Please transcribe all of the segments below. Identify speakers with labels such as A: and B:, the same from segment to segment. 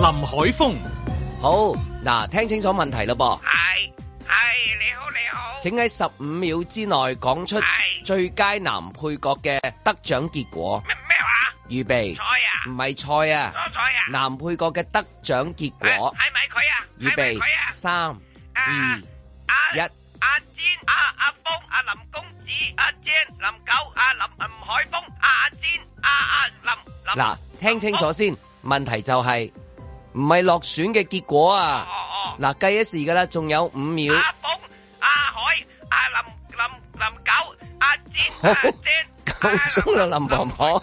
A: 海峰。
B: 好，嗱，聽清楚問題嘞噃，
C: 係係，你好你好，
B: 請喺十五秒之內講出
C: 係
B: 最佳男配角嘅得獎結果。
C: 咩咩話？
B: 預備
C: 菜，啊，
B: 唔係菜啊，
C: 多菜啊，
B: 男配角嘅得獎結果。
C: 係咪佢啊？
B: 預
C: 係咪
B: 備
C: 佢啊，？
B: 三二
C: 阿阿
B: 一，
C: 詹阿
B: À,
C: 阿峰阿林公子阿 Jan 林九阿林林海峰
B: À,
C: 阿阿詹阿阿林林
B: 嗱，聽清楚先。問題就係唔係落選嘅結果啊
C: 哦？哦，
B: 嗱，計一時噶啦，仲有五秒。
C: 阿峰阿
B: À,
C: 海阿林林林九阿詹
B: À,
C: 阿 Jan
B: 夠鐘啦，林婆婆，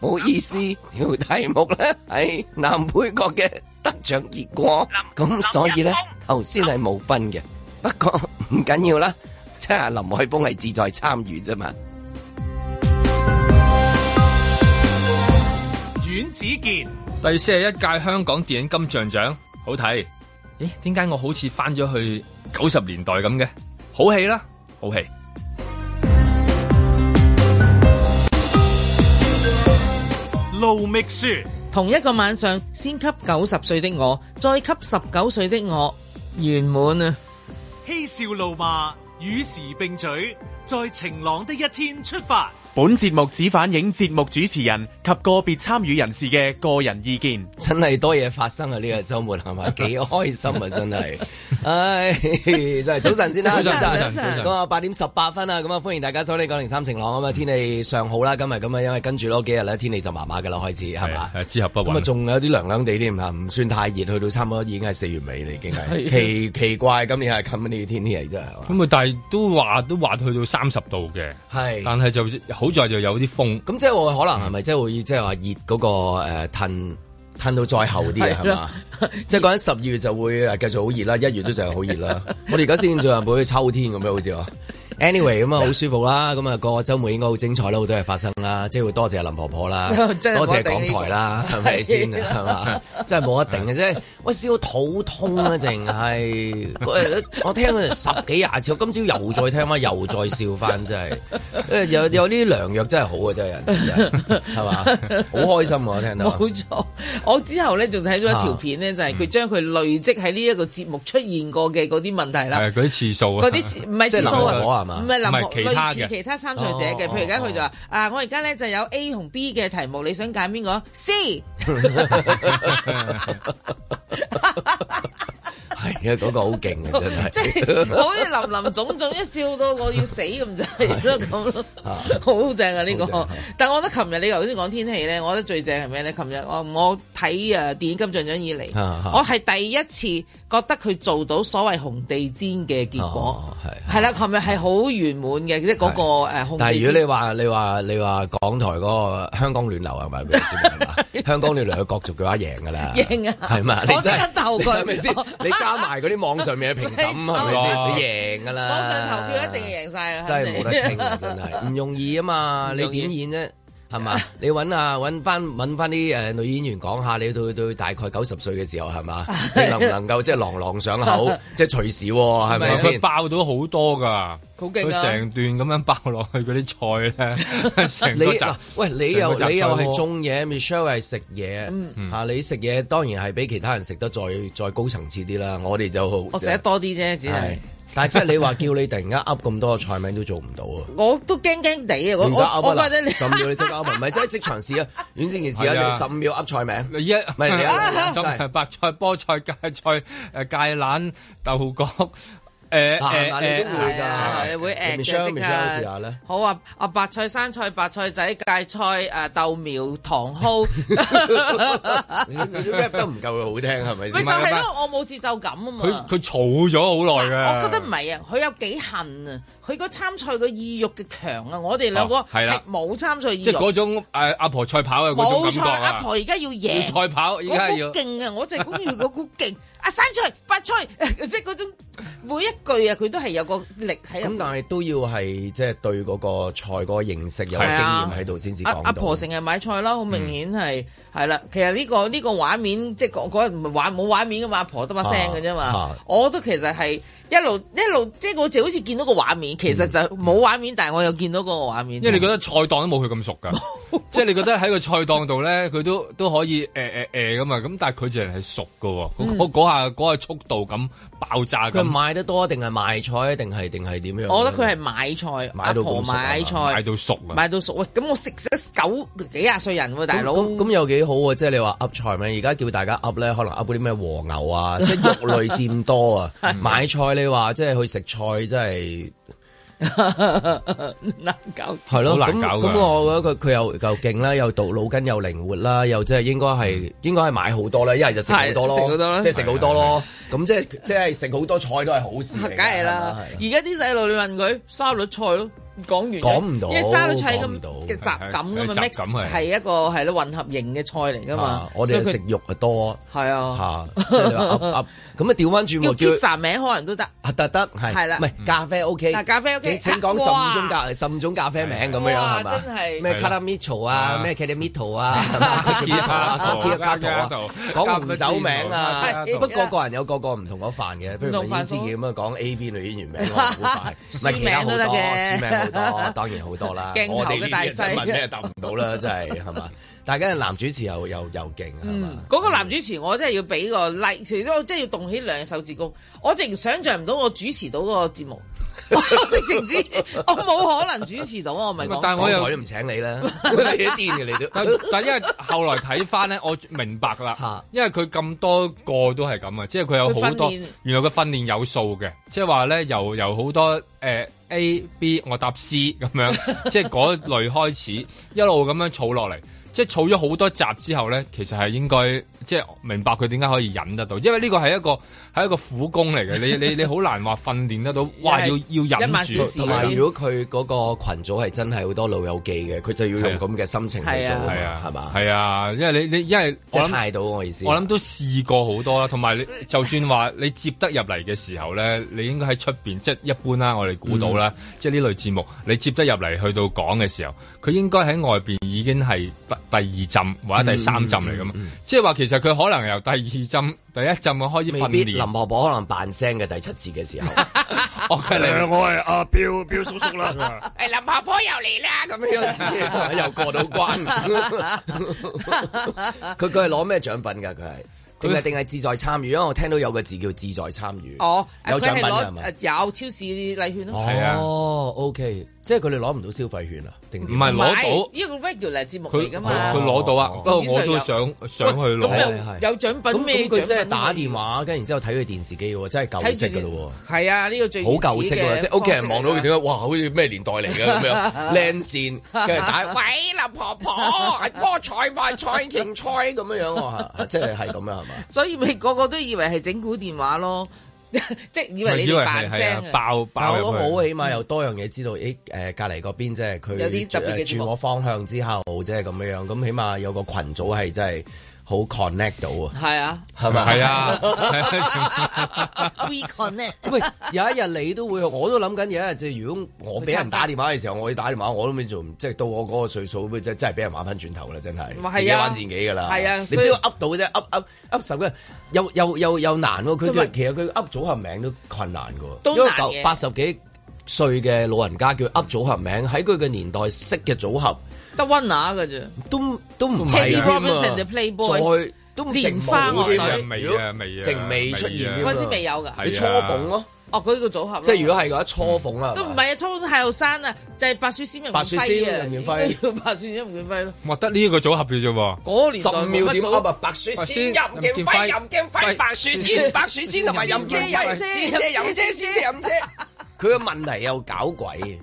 B: 唔好意思，條題目咧係男配角嘅得獎結果，
C: 林
B: 咁所以
C: 林
B: 咧
C: 一峰
B: 頭先係冇分嘅，不過唔緊要啦，即係林海峰係志在參與啫嘛。
A: 阮子健、
D: 第四十一屆香港電影金像獎好睇，咦？點解我好似翻咗去九十年代咁嘅？好戲啦，好戲！
A: 盧覓雪、
E: 同一個晚上，先給九十歲的我，再給十九歲的我，圓滿啊！
A: 嬉笑怒罵，與時並舉，在晴朗的一天出 發。
F: 本節目只反映節目主持人及個別參與人士嘅個人意見。
B: 真係多嘢發生啊！呢個週末係咪幾開心啊？真係，唉，真係早晨先啦，
E: 早晨早晨
B: 咁啊，八點十八分啊，咁啊，歡迎大家收聽《九零三晴朗》咁啊，天氣尚好啦，今日咁啊，因為跟住嗰幾日咧，天氣就麻麻噶啦，開始係嘛？
D: 係之後不
B: 咁啊，
D: 穩。
B: 仲有啲涼涼地添嚇，唔算太熱，去到差唔多已經係四月尾啦，已經係奇奇怪，今年係咁呢啲天氣真係係嘛
D: 咁啊，但係都話都話去到三十度嘅，
B: 係。
D: 但係就好在就有啲風。
B: 嗯咁即係我可能係咪即係會即係話熱嗰個誒褪褪到再後啲啊？係嘛？即係講緊十二月就會呃誒繼續好熱啦，一月都就係好熱 啦。我哋而家先進入到秋天咁樣好似喎。anyway 咁啊，好舒服啦，咁啊個週末應該好精彩啦，好多嘢發生啦，即係會多謝林婆婆啦，
E: 真係
B: 多謝
E: 冇得頂呢個啊
B: 港台啦，係咪先？係嘛？真係冇得定嘅啫。喂，燒到肚痛啊，淨係 喂我聽佢十幾廿次，我今朝又再聽翻，又再笑翻，真係誒有有呢啲良藥真係好啊，真係人真係係 嘛？好開心啊！我聽到
E: 冇錯，我之後咧仲睇咗一條片咧，就係佢將佢累積喺呢一個節目出現過嘅嗰啲問題啦。
D: 係嗰啲次數啊，
E: 嗰啲次唔係
B: 即係
E: 次數
B: 林
E: 啊
B: 學，我係嘛
E: 唔係林
D: 唔係
E: 學
D: 其他
E: 類
D: 嘅
E: 似其他參賽者嘅，
B: 哦
E: 譬如而家佢就話：啊，我而家咧就有 A 同 B 嘅題目，你想揀邊個？C
B: 係啊，嗰個好勁啊，真係。
E: 即係 好似林林總總一笑到我要死咁滯咯咁咯，好正啊呢
B: 好
E: 個
B: 正！
E: 但我覺得琴日你頭先講天氣咧，我覺得最正係咩咧？琴日我我睇誒電影金像獎以嚟
B: 啊啊，
E: 我係第一次覺得佢做到所謂紅地氈嘅結果
B: 哦，係
E: 係啦，琴日係好圓滿嘅，即係嗰個誒紅地氈。
B: 但係如果你話你話你話港台嗰個香港暖流係咪？係 嘛香港暖流嘅角逐嘅話贏㗎啦，
E: 贏啊
B: 係嘛？你
E: 我即
B: 真
E: 刻
B: 係
E: 鬥佢
B: 你係咪先？你加埋嗰啲網上面嘅 評審係咪
D: 哇
B: 先？你贏㗎啦！
E: 網上投票一定係贏晒啦，
B: 真係冇得傾啊！真係唔容易啊嘛，
E: 唔
B: 你
E: 容易
B: 點演啫？係 嘛？你揾啊揾翻揾翻啲誒女演員講下，你到到大概九十歲嘅時候係 嘛？你能唔能夠即係朗朗上口，即係隨時喎係咪
D: 啊佢
B: 先？
D: 爆到好多㗎，
E: 好
D: 佢
E: 勁啊！
D: 成段咁樣爆落去嗰 啲菜咧，
B: 你
D: 成個集
B: 嗱喂，你
D: 成
B: 又
D: 個集
B: 你又
D: 菜
B: 係
D: 鍋
B: 中嘢，Michelle 係食
D: 嗯
B: 嘢嚇，你食嘢當然係比其他人食得再再高層次啲啦。我哋就好
E: 我食得多啲啫，只係
B: 係。但係即係你話叫你突然間噏咁多菜名都做唔到啊！
E: 我都驚驚地啊！我
B: 你而家
E: 我
B: 噏
E: 我
B: 啊
E: 覺得你
B: 嗱，十秒你即刻噏，唔係即係職場 試啊！遠正件事
D: 係
B: 啊，
D: 啊
B: 十五秒噏菜名。
D: 你一唔
B: 係你 啊
D: 就
B: 真係
D: 係白菜、菠菜、芥菜、誒芥蘭、豆角、
E: Ờ,
D: 誒誒
B: 嗱嗱你都
D: 誒
B: 會㗎
E: 係啊你會 at
B: 你
E: 嘅
B: Michelle-
E: 即
B: Michelle 試
E: 刻
B: 下啦
E: 好啊！啊白菜、生菜、白菜仔、芥菜、啊豆苗、糖 蒿，
B: 你你 都 rap 得唔夠好聽係咪
E: 咪
B: 先
E: 就？係咯！我冇節奏感啊嘛。
D: 佢佢嘈咗好耐嘅。
E: 我覺得唔係啊，佢有幾恨啊！佢個參賽嘅意欲嘅強啊！我哋兩個
D: 哦係
E: 係
D: 啦
E: 冇參賽意
D: 即係嗰
E: 欲，
D: 種誒阿婆賽跑嘅嗰種
E: 冇
D: 感
E: 錯。
D: 覺
E: 阿
D: 啊！
E: 婆而家要
D: 要
E: 贏，
D: 賽跑，而
E: 我
D: 家
E: 好
D: 要
E: À, 勁啊！我就係講住嗰股勁，啊生菜、白菜，即係嗰種每一句啊，佢都係啊有個力喺
B: 咁
E: 入邊。
B: 但係都要係即係對嗰個菜嗰個認識有個經
E: 係啊
B: 驗喺度先至
E: 阿
B: 講
E: 阿
B: 到嗯
E: 婆成日買菜啦，好明顯係係啦。其實呢個呢個畫面，即係嗰嗰日唔係畫冇畫面噶嘛，阿婆得把聲嘅啫嘛
B: 啊。
E: 我都其實係一路一路，即係我就好似見到個畫面，其
B: 嗯
E: 實就冇畫面，但係我又見到嗰個畫面。
D: 因為你覺得菜檔都冇佢咁熟㗎，即係你覺得喺個菜檔度咧，佢都都可以誒誒誒咁啊，咁但係佢就係熟㗎喎，嗰嗰嗰下嗰下速度咁爆炸
B: 佢
D: 咁
B: 賣得多定係賣菜定係定係點樣？
E: 我覺得佢係買菜，阿
B: 買到
E: 婆
B: 咁熟啊
E: 買
D: 買
E: 菜，
D: 到熟啊！
E: 買到熟。喂，咁我食咗九幾廿歲人喎，大佬。
B: 咁咁咁又幾好喎！即係你話噏菜咩？而家叫大家噏咧，可能噏嗰啲咩和牛啊，即係肉類佔多啊。 買菜你話即係去食菜，真係
E: 難搞。
B: 係咯。
D: 好難
B: 咁
D: 搞㗎
B: 咁我覺得佢佢又夠勁啦，又腦腦筋又靈活啦，又即係應該係應該係買好多啦，一係就食好多
E: 嗯係食好多啦
B: 咯，即係食好多咯。咁即係即係食好多菜都係好事嚟㗎。
E: 梗係啦，
B: 係嘛
E: 而家啲細路你問佢沙律菜咯。講完
B: 講唔到
E: 因為沙律菜係
B: 講唔
E: 咁
B: 到
E: 嘅雜感噶嘛
D: 係係雜感
E: ，mix
D: 係
E: 係一個係咯混合型嘅菜嚟噶嘛
B: 啊。我哋
E: 所以佢
B: 食肉啊多
E: 係啊，
B: 嚇，即係你話噏噏咁啊調翻轉
E: 叫
B: 喎，叫
E: pizza 名可能都得。
B: 啊，特登係
E: 係啦
B: 唔
D: 嗯
B: 係咖啡 OK，
E: 但咖啡 OK，
B: 請請講十
E: 哇
B: 五種咖十五種咖啡名咁樣
E: 哇
B: 係嘛？
E: 真係
B: 咩
D: 係
B: c a
D: 啦
B: r a m i c h o 啊，
D: 啊
B: 咩 c a r a m i t o 啊，係嘛
D: Cacchiato，
B: Cacchiato 啊
D: Cacchiato，
B: 講紅酒名啊
E: 係，
B: 不過個人有個個唔同嗰範嘅，譬
E: 唔
B: 如
E: 同
B: 明
E: 範
B: 顯自己咁樣啊講 A B 女演員名，我好 快，唔
E: 書
B: 係其他好
E: 名都
B: 多，
E: 得嘅
B: 書名好多，當然好多啦。
E: 鏡頭嘅
B: 我哋呢
E: 大
B: 啲
E: 細
B: 真係問咩答唔到啦， 真係係嘛？大家男主持又又又勁啊係嘛？
E: 嗯嗰個男主持我真係要俾個 like，除咗我真係要動起兩隻手指公，我直情想像唔到我主持到嗰個節目， 我直情知我冇可能主持到，我咪講笑。
D: 啊但係我
B: 我
D: 又
B: 台都唔請你 啦，你都癲嘅你
D: 但
B: 都。
D: 但因為後來睇翻咧，我明白啦
B: 嚇，
D: 因為佢咁多個都係咁啊，即係佢有好
E: 佢訓
D: 多
E: 練，
D: 原來佢訓練有數嘅，即係話咧由由好多誒、呃 A、B 我答 C 咁 樣，即係嗰類開始一路咁樣儲落嚟，即係儲咗好多集之後咧，其實係應該即係明白佢點解可以忍得到，因為呢個係一個係一個苦工嚟嘅，你你你好難話訓練 得到，哇要
E: 又係
D: 要
E: 一
D: 忍
E: 萬小
D: 住
E: 時啊
B: 同
E: 嗰
B: 埋
E: 啲
B: 如果佢嗰個群組係真係好多老友記嘅，佢就要用咁嘅心情去做啊
D: 係
B: 嘛
D: 啊，
B: 係嘛？
D: 係啊，因為你你因為
B: 即
D: 我
B: 係
D: 諗。
B: 態度我意思。
D: 我諗都試過好多啦，同埋你 就算話你接得入嚟嘅時候咧，你應該喺出邊，即係一般啦，我哋估到
B: 嗯
D: 啦，即係呢類節目，你接得入嚟去到講嘅時候，佢應該喺外邊已經係第第二浸
B: 嗯
D: 或者第三浸嚟噶嘛，即係話其實佢可能由第二浸、第一浸嘅開始
B: 未
D: 訓
B: 必林
D: 練，
B: 婆婆可能扮聲嘅第七次嘅時候，
D: 哦，佢嚟
G: 我係阿彪彪叔叔啦，
E: 係林婆婆又嚟啦咁樣。
B: 又過到 關。佢佢係攞咩獎品㗎？佢係定係定係志在參與？因為我聽到有個字叫志在參與。
E: 哦，
B: 有
E: 佢
B: 獎
E: 係
B: 品啊㗎係
E: 攞
B: 嘛
E: 誒有超市禮券咯，
D: 係啊
B: 哦，OK，即係佢哋攞唔到消費券啊？定
D: 唔
B: 點
D: 係攞到，
E: 呢個 regular 節目
D: 佢
E: 嚟噶嘛
D: 佢。佢攞到啊，
B: 哦
D: 不過我都想想去
E: 喂咁
D: 攞。
E: 又
B: 係係
E: 有獎
B: 咁
E: 品咩獎
B: 咁佢
E: 品？
B: 真係打電話，跟然之後睇佢電視機喎，真係舊式㗎咯喎。
E: 係啊，呢個最
B: 好舊式
E: 嘅
B: 喎，即係屋企人望到佢點
E: 點
B: 解，哇，好似咩年代嚟嘅咁樣， 靚線，跟住打，喂，林婆婆，係菠菜嘛，菜芹菜咁樣樣 喎，即係係咁樣係嘛？
E: 所以咪個個都以為係整蠱電話咯， 即係以為你
D: 以為
E: 哋
D: 係
E: 扮
D: 係啊
E: 聲啊。
D: 爆
B: 但
D: 爆
B: 我都
D: 入去
B: 好，起碼有多樣嘢知道，誒誒隔離嗰邊即係佢
E: 有啲特別嘅
B: 誒
E: 節目
B: 轉我方向之後，即係咁樣樣，咁起碼有個群組係真係好 connect 到啊，
E: 係啊
B: 係咪？
D: 係啊，係啊
E: ，We connect。
B: 喂， 有一日你都會，我都諗緊有一日，即係如果我俾人打電話嘅時候，我要打電話，我都未做，即係到我嗰個歲數，即係真係俾人玩翻轉頭啦，真係
E: 咪係啊
B: 自己玩自己㗎啦。
E: 係啊
B: 你
E: 所以
B: 都要噏到啫，噏噏噏十嘅，又又又又難喎。佢
E: 同埋
B: 哋其實佢噏組合名都困難㗎喎，
E: 都
B: 因為
E: 難
B: 九
E: 嘅嗯
B: 八十幾歲嘅老人家叫噏組合名，喺佢嘅年代識嘅組合
E: 得温拿嘅啫
B: 都都唔係
E: ，Teddy
B: 添
E: Robinson
B: 啊
E: the Playboy，
B: 再都
E: 蓮花樂隊
D: 未啊未啊未啊，
B: 淨未出現添
E: 嗰
B: 啊
E: 陣時未有㗎。
B: 你初逢咯，
D: 啊
E: 哦，佢個組合咯
B: 即係如果係嘅話，初逢啦，
E: 都
B: 係
E: 唔
B: 嘛
E: 係啊，通太後生啊，就係白雪仙人
B: 白雪仙任劍輝
E: 輝 啊，白雪仙任劍輝咯，
D: 我得呢個組合嘅啫喎。
E: 嗰個年代
B: 十秒點
E: 冇
B: 噏
E: 乜組
B: 啊！白雪
D: 白
B: 仙
D: 仙
B: 任劍
D: 任劍
B: 輝、
D: 輝
B: 任劍輝、
D: 輝
B: 白雪啊仙、白雪仙同埋任劍輝、
E: 任劍
B: 師
E: 輝
B: 姐、任姐、師姐、任姐。佢嘅問題又搞鬼，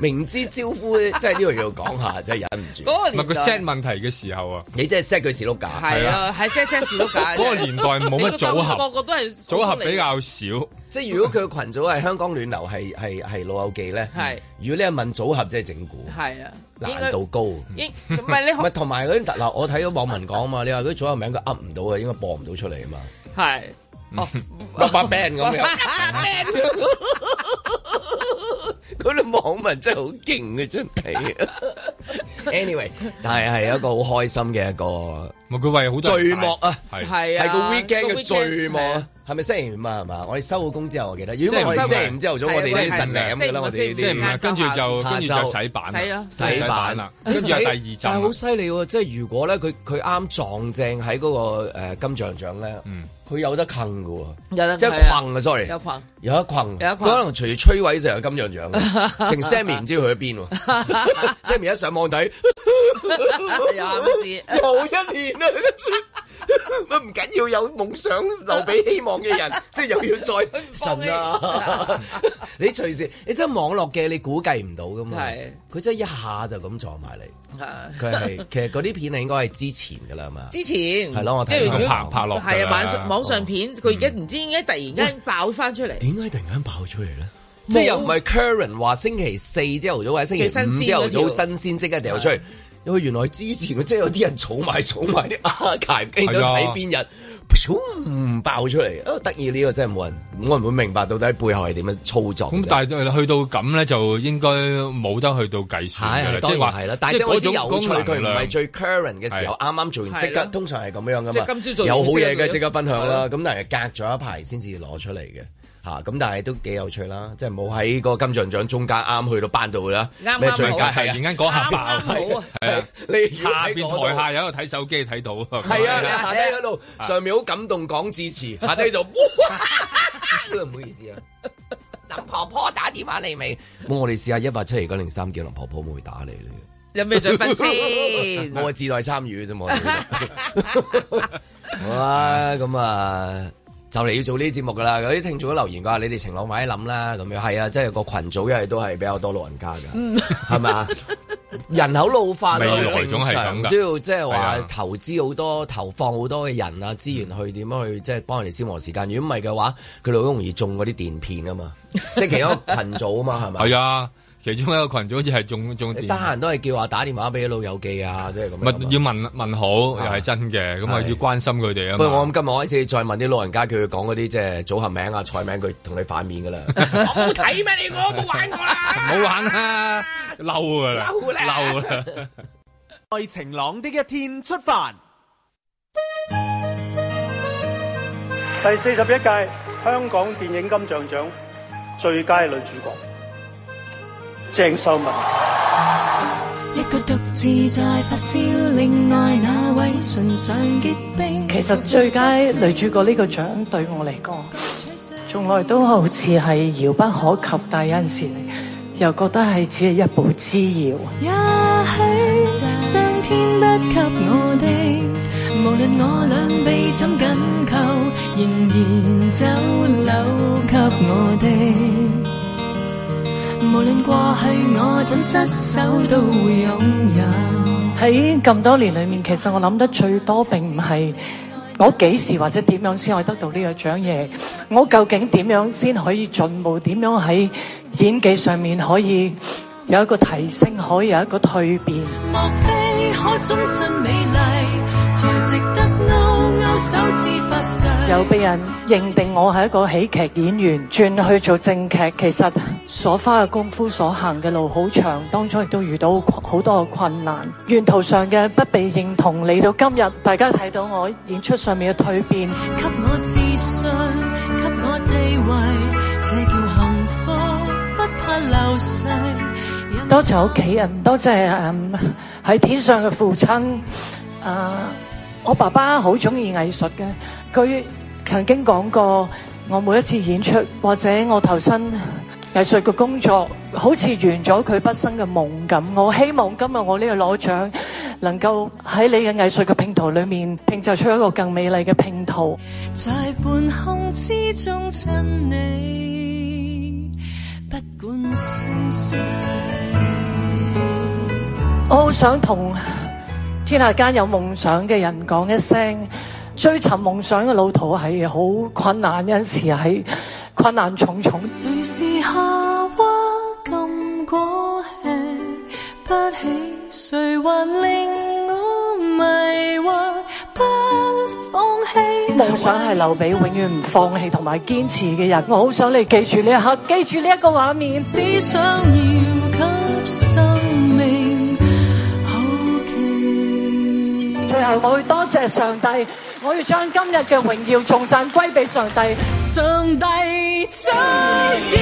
B: 明知招呼，真係呢度要講下，真係忍唔住。
E: 嗰個
D: 唔係
E: 年
D: 佢 set
E: 代
D: 問題嘅時候啊，
B: 你真係 set 佢士碌架，
E: 係啊，係 set set 時都假嘅。
D: 嗰個年代冇乜組
E: 你覺得個
D: 合，
E: 個都係
D: 組合比較少。
B: 即係如果佢嘅群組係香港暖流係係係老友記咧，
E: 係
B: 如果你係問組合，即係整蠱，
E: 係啊，應該
B: 難度高。
E: 應唔係你
B: 唔係
E: 學
B: 同埋嗰啲特嗱，我睇到網民講嘛，你話嗰啲組合名佢噏唔到啊，應該播唔到出嚟啊嘛。
E: 係
B: 乜乜 band 咁 樣， 嗰啲網民真係好勁嘅，真係。anyway，但 係係一個好開心嘅一個
D: 咪佢為好多
B: 序
D: 人
B: 幕啊，
D: 戴係
E: 係啊，
B: 係個 weekend
E: 個
B: 嘅序幕
E: weekend，係
B: 啊
E: 啊。
B: 係咪星期五啊？係嘛？我哋收工之後，我記得。如果
D: 星期
B: 我
D: 五
B: 哋
D: 收
B: 星期五朝頭早，我哋都要
E: 係啊
B: 晨
D: 係啊
B: 舐嘅啦，我哋呢
D: 即係唔
B: 啲
E: 係。
D: 啊係跟住就
B: 下晝
D: 跟住就洗版
E: 洗啦
B: 洗版
D: 啦，跟住就第二集
B: 但係
D: 啦
B: 好犀利喎！即係如果咧，佢佢啱撞正喺嗰個誒金像獎咧
D: 嗯，
B: 佢有得坑嘅喎。
E: 有得
B: 即係
E: 係啊
B: 困啊！sorry，
E: 有困
B: 有一困，
E: 有一
B: 佢
E: 困
B: 可能隨住摧毀就有金像獎，成 Sammy 唔知佢去邊喎，Sammy 一上網睇啊
E: 有啱字。
B: 又一年啦，啊乜唔緊要有夢想留俾希望嘅 人，即係又要再神啊！ 你隨時你真係網絡嘅，你估計唔到噶嘛
E: 係？
B: 佢真係一下就咁撞埋嚟，
E: 啊
B: 佢 係其實嗰啲片係應該係之前噶啦嘛，
E: 之前
B: 係咯我睇嗯
E: 因為如
B: 佢
E: 果
D: 拍拍落
E: 係
D: 㗎
E: 啊，
D: 啦
E: 網上網上片佢而家唔知點解突然間爆翻出嚟，
B: 點解突然間爆出嚟啊咧？即係又唔係 current 話星期四朝頭早或者星期
E: 最新
B: 五朝
E: 鮮嗰條
B: 頭早新鮮即刻掉出去，因為原來之前即係有啲人儲埋儲埋 啲 archive，跟住
D: 係啊
B: 睇邊日。噗爆出嚟，啊得意呢個真係冇人，我唔會明白到底背後係點樣操作嘅。
D: 咁但係去到咁咧，就應該冇得去到計算㗎啦，
B: 係
D: 即
B: 當
D: 係
B: 然
D: 話
B: 係啦，但係即係
D: 嗰
B: 嗰種
D: 種
B: 有趣，
D: 功
B: 佢唔係
D: 能量。
B: 最 current 嘅時候，
D: 係
B: 啱啱做完即
E: 係
B: 刻，
E: 啦
B: 通常係咁樣噶
E: 即
B: 嘛。
E: 係今朝做完
B: 有好嘢
E: 即刻
B: 嘅
E: 做
B: 即刻分享啦，咁但係隔咗一排先至攞出嚟嘅。嚇咁，但係都幾有趣啦，即係冇喺個金像獎中間啱去到班度啦，
E: 啱啱
B: 咩最
E: 好
B: 佳
D: 突
B: 係啊，
D: 然間嗰下
E: 啱
D: 爆，
E: 啱好啊
D: 係啊，
B: 你如果 喺嗰度
D: 下邊台下有一個睇手機睇到啊，
B: 係啊，你下低嗰度上面好感動講 致辭，下低就 哇，唔好意思啊。林婆婆打電話嚟未？ 咁我哋試下一八七二九零三叫林婆婆會唔會打你咧？
E: 有咩獎品先？
B: 我係自代參與嘅啫嘛。 好啦，咁啊。就嚟要做呢啲節目噶啦，有啲聽眾都留言話：你哋晴朗快啲諗啦，咁樣係啊，即係個群組，因為都係比較多老人家 㗎，係咪啊？人口老化都
D: 未來
B: 正
D: 總係咁
B: 常，
D: 㗎
B: 都要即係
D: 係
B: 話
D: 啊
B: 投資好多、投放好多嘅人啊資源去點樣
E: 嗯
B: 去即係幫人哋消磨時間。如果唔係嘅話，佢哋好容易中嗰啲電騙啊嘛，即係其中一個群組啊嘛，係咪？
D: 係啊，其中一個群組好似係中中
B: 你
D: 電
B: 得閒都係叫話打電話俾老友記 啊，即係咁樣
D: 咪
B: 啊嘛。
D: 要問問好又係真嘅，咁啊
B: 係
D: 要關心佢哋啊嘛。
B: 不過我諗今日開始再問啲老人家，叫佢講嗰啲即係組合名啊、菜名，佢同你反面 噶啦。
E: 冇睇咩你我冇玩過
D: 唔
E: 啦。
D: 好玩啦，嬲噶
B: 啊
D: 啦， 嬲啦。
F: 在晴朗的一天出發。
H: 第四十一屆香港電影金像獎最佳女主角鄭秀文，
I: 一個獨自在發燒，另外那位唇上結冰。
J: 其實最佳女主角呢個獎對我嚟講，從來都好似係遙不可及，但係有陣時又覺得係只係一步之遙。
I: 也許上天不給我的，無論我兩臂怎緊扣，仍然走漏給我的。無論過去我怎失手，都會擁有。
J: 喺咁多年裏面，其實我諗得最多並唔係我幾時或者點樣先可以得到呢個獎，而係我究竟點樣先可以進步，點樣喺演技上面可以有一個提升，可以有一個蛻變。
I: 莫非可終身美麗，才值得勾勾手指發誓？
J: 有被人認定我係一個喜劇演員，轉去做正劇，其實所花嘅功夫、所行嘅路好長，當中亦都遇到好多嘅困難。沿途上嘅不被認同，嚟到今日，大家睇到我演出上面嘅蛻變，
I: 給我自信，給我地位，這叫幸福，不怕流逝。
J: 多謝屋企人，多謝嗯喺、天上嘅父親。啊、我爸爸好中意藝術嘅，佢曾經講過，我每一次演出或者我投身藝術嘅工作，好似完咗佢畢生嘅夢咁。我希望今日我呢個攞獎，能夠喺你嘅藝術嘅拼圖裏面拼就出一個更美麗嘅拼圖。
I: 在半空之中親你，不管生死。
J: 我好想同天下間有夢想嘅人講一聲，追尋夢想嘅路途係好困難，有陣時係困難重重。
I: 誰是夏娃禁果吃不起？誰還令我迷惑不放棄？
J: 夢想係留俾永遠唔放棄同埋堅持嘅人。我好想你記住呢一刻，記住呢一個畫面。
I: 只想要給生命好奇。
J: 最後我要多謝上帝，我要將今日嘅榮耀重讚歸俾上帝。
I: 上帝早已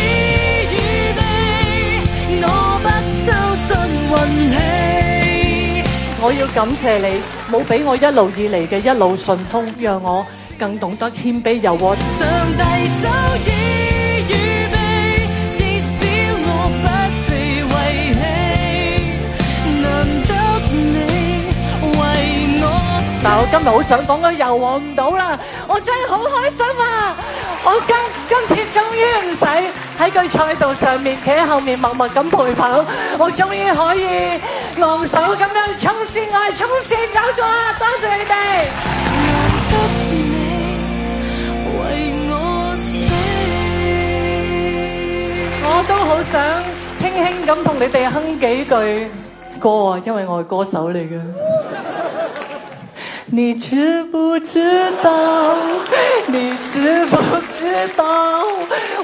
I: 預備，我不相信運氣。
J: 我要感謝你，冇俾我一路以嚟嘅一路順風，讓我更懂得謙卑柔和。
I: 上帝早已預備，至少我不被遺棄。難得你為我死。
J: 但我今日好想講，我柔和唔到啦，我真係好開心啊！我今今次終於唔使喺佢賽道上面企喺後面默默咁陪跑，我終於可以昂首咁樣衝線，我係衝線嗰個啊！多謝你哋。
I: 為我死。
J: 我都好想輕輕咁同你哋哼幾句歌啊，因為我係歌手嚟嘅。你知不知道？你知不知道？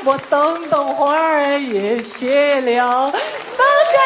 J: 我等等花兒也謝了，多謝。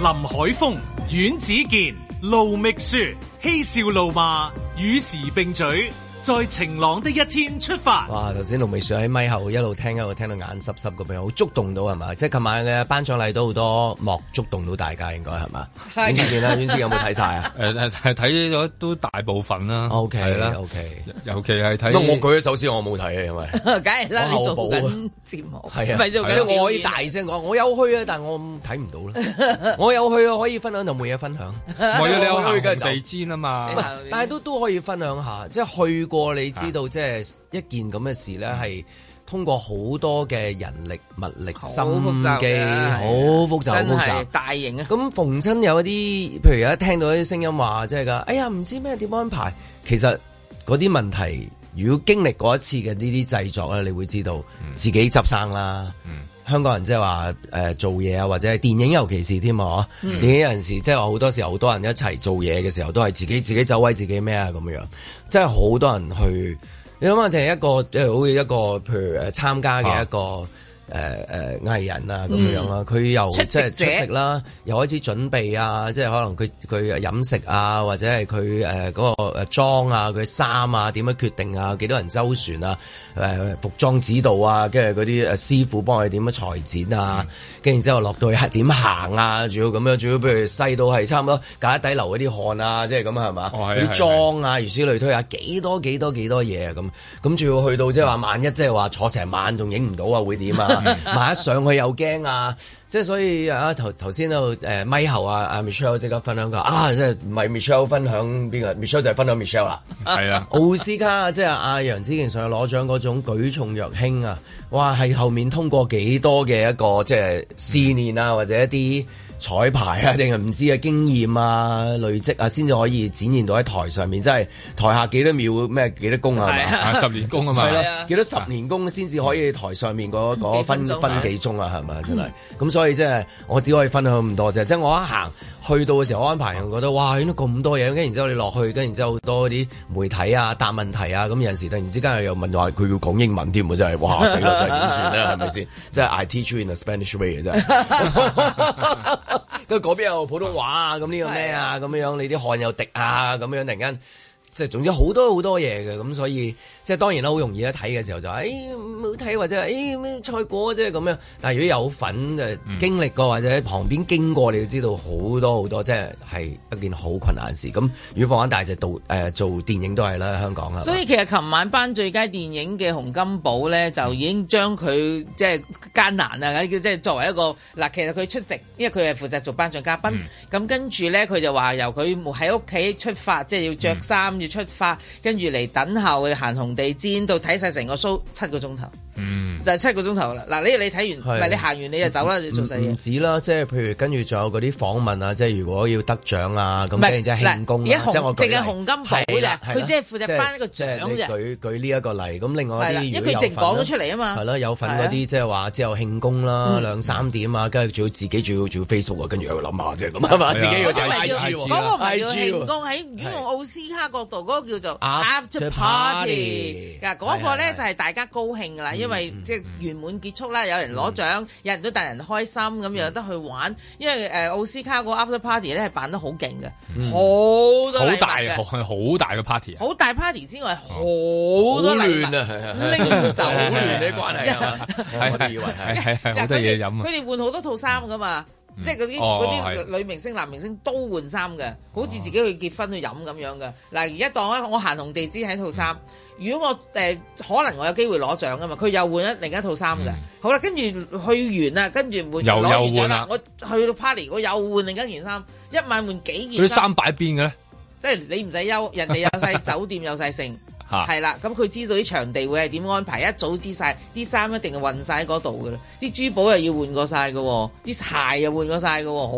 A: 林海峰、阮子健、盧覓雪，嬉笑怒罵，與時並舉，在晴朗的一天出發。
B: 哇！頭先盧美雪喺咪後一路聽一路聽到眼濕濕咁樣，好觸動到係嘛？即係琴晚嘅頒獎禮都好多幕觸動到大家，應該係嘛？
E: 係
B: 袁志健啦，袁志健有冇睇晒 啊
D: 誒誒係睇咗都大部分啦
B: ？OK
D: 係啦
B: OK。
D: 尤其係睇
B: 因為我舉咗手先，我冇睇啊，因為
E: 梗係啦，
B: 我
E: 你
B: 後
E: 做
B: 補啊
E: 緊節目，
B: 係啊，
E: 唔係
B: 即
E: 做緊
B: 係我可以
E: 表
B: 大
E: 演
B: 聲講，我有去啊，但我睇唔到啦。我有去啊，可以分享就冇嘢分享。
D: 我要你有
B: 我去
D: 行
B: 嘅
D: 紅
B: 就
D: 地氈啊嘛
E: 你
B: 唔係
E: 行邊
B: 但係都都可以分享下，即係去過，你知道即係一件咁嘅事咧，
E: 嗯
B: 係通過好多嘅人力、物力、心
E: 複雜
B: 機，
E: 嘅
B: 好複雜，
E: 真
B: 好複雜
E: 係。大型啊！
B: 咁逢親有一啲，譬如有一聽到啲聲音話，即係噶，哎呀唔知咩點安排。其實嗰啲問題，如果經歷過一次嘅呢啲製作咧，你會知道
E: 嗯
B: 自己執生啦。香港人即係話誒做嘢啊，或者係電影尤其是添啊，
E: 嗯
B: 電影有陣時即係話好多時候好多人一齊做嘢嘅時候，都係自己自己走位自己咩啊咁樣，真係好多人去。你諗下，就係一個誒，好似一個譬如誒參加
E: 啊
B: 嘅一個誒誒藝人啊咁樣啦，佢又
E: 嗯出席
B: 即係
E: 者
B: 出席啦，又開始準備啊，即係可能佢佢飲食啊，或者係佢誒嗰個誒裝啊，佢衫啊點樣決定啊，幾多人周旋啊，誒、服裝指導啊，跟住嗰啲誒師傅幫佢點樣裁剪啊，
D: 嗯
B: 跟住之後落到去點行啊，仲要咁樣，仲要譬如細到係差唔多架底流嗰啲汗啊，即係咁啊係嘛，嗰
D: 哦係啊係
B: 啲
D: 啊
B: 裝。啊，如此類推啊，幾多幾多幾多嘢啊咁，咁仲要去到即係話萬一即係話坐成晚仲影唔到啊，會點啊？萬一上去又驚啊！即係所以啊，頭頭先喺度誒咪後啊，啊 Michelle 即刻分享佢話啊，即係唔係 Michelle 分享邊個？Michelle 就係分享 Michelle 啦。
D: 係啦。
B: 奧斯卡即係阿楊紫瓊上去攞獎嗰種舉重若輕啊！哇，係後面通過幾多嘅一個即係試練
D: 嗯
B: 啊，或者一啲彩排啊，定係唔知嘅經驗啊、累積啊，先至可以展現到喺台上面，真係台下幾多秒咩幾多功啊？係嘛
D: 啊十年功啊嘛，
E: 係啊
B: 幾多十年功先至可以台上面嗰嗰
E: 幾
B: 分
E: 分鐘
B: 分
E: 係
B: 幾鐘啊？係咪真係？咁所以即係我只可以分享咁多啫。即係我一行去到嘅時候，我安排人覺得哇，原來咁多嘢，跟住然之後你落去，跟住然之後好多啲媒體啊、答問題啊，咁有陣時突然之間又問話佢要講英文添喎，真係哇死啦！真係點算咧？係咪先？即係 I teach you in a Spanish way 嘅真係。跟住嗰邊有普通話啊，咁呢個咩啊，咁樣你啲汗又滴啊，咁樣突然間。即係總之好多好多嘢嘅，咁所以即係當然啦，好容易一睇嘅時候就哎誒
E: 嗯
B: 冇睇或者誒咩賽果啫咁樣。但係如果有份誒經歷過或者喺旁邊經過，你就知道好多好多，即係係一件好困難嘅事。咁如果放眼大隻度誒做電影都係啦，香港啦。
E: 所以其實琴晚頒最佳電影嘅洪金寶咧，就已經將
B: 嗯
E: 佢即係艱難啊，即係作為一個嗱，其實佢出席，因為佢係負責做頒獎嘉賓。
B: 嗯
E: 咁、跟住咧，佢就話由佢喺屋企出發，即係要着衫、
B: 嗯
E: 要出發，跟住嚟等候行紅地氈，到睇晒成個 show 七個鐘頭。
D: 嗯，
E: 就係七個鐘頭啦。嗱，你你睇完，
B: 係嗯
E: 唔係你行完你就哎走啦，就做晒嘢
B: 唔。止啦，即係譬如跟住仲有嗰啲訪問啊，即係如果要得獎啊，咁
E: 唔係
B: 跟住即係慶功
E: 嗱而
B: 啦
E: 家，
B: 即係我舉
E: 紅
B: 例
E: 淨係紅金寶
B: 係
E: 啫
B: 啦，係啦
E: 佢只係負責頒一個
B: 即係
E: 獎
B: 你
E: 啫。
B: 舉舉呢一個例，咁另外
E: 係
B: 一
E: 啦
B: 啲
E: 因為
B: 如果
E: 佢
B: 有
E: 直
B: 份啦
E: 講咗出嚟啊嘛
B: 係啦，有份
E: 係
B: 嗰
E: 啊
B: 啲即係話之後慶功啦，
E: 嗯
B: 兩三點啊，跟住仲要自己仲要仲要 Facebook 啊，跟住又要諗下啫，咁係嘛，自己要
E: 嗰啲唔係
B: I
E: 叫
B: G
E: 嗰個唔係叫慶功，喺如果用奧斯卡角度，嗰個叫做
B: After
E: after
B: party
E: party。嗱，嗰個
B: 係係
E: 咧
B: 係
E: 就係大家高興㗎啦，因為即係圓滿結束啦，有人攞獎，有人都帶人開心咁樣得去玩。因為誒奧斯卡嗰個 after party 咧係辦得好勁嘅，好多
D: 好
E: 禮物
D: 大
E: 嘅
D: 好好大嘅 party 啊！
E: 好大 party 之外，好多禮
B: 好亂啊係啊
E: 物拎走
B: 好亂
E: 嘅
B: 啲關係係嘛我哋以為係
D: 係 係係好多嘢飲啊
E: 佢！哋換好多套衫噶嘛，即係嗰啲
D: 哦
E: 嗰啲女明星、男明星都換衫嘅，好似自己去結婚去飲咁樣嘅。
D: 哦
E: 嗱，而家當啊，我行紅地氈係一套衫。
D: 嗯
E: 如果我誒、可能我有機會攞獎啊嘛，佢又換一另一套衫嘅。好啦，跟住去完啦，跟住換
D: 嗯又
E: 攞完
D: 又
E: 獎
D: 換啦
E: 啦，我去到 party 我又換另一件衫，一晚換幾
D: 嗰啲
E: 件
D: 衫擺邊嘅咧
E: 即係你唔使憂，人哋有晒酒店有 晒剩，
D: 嚇
E: 係啦，咁佢知道啲場地會係點安排，一早知晒啲衫一定係運晒喺嗰度噶啦，啲珠寶又要換過晒噶喎，啲鞋又換過晒噶喎，好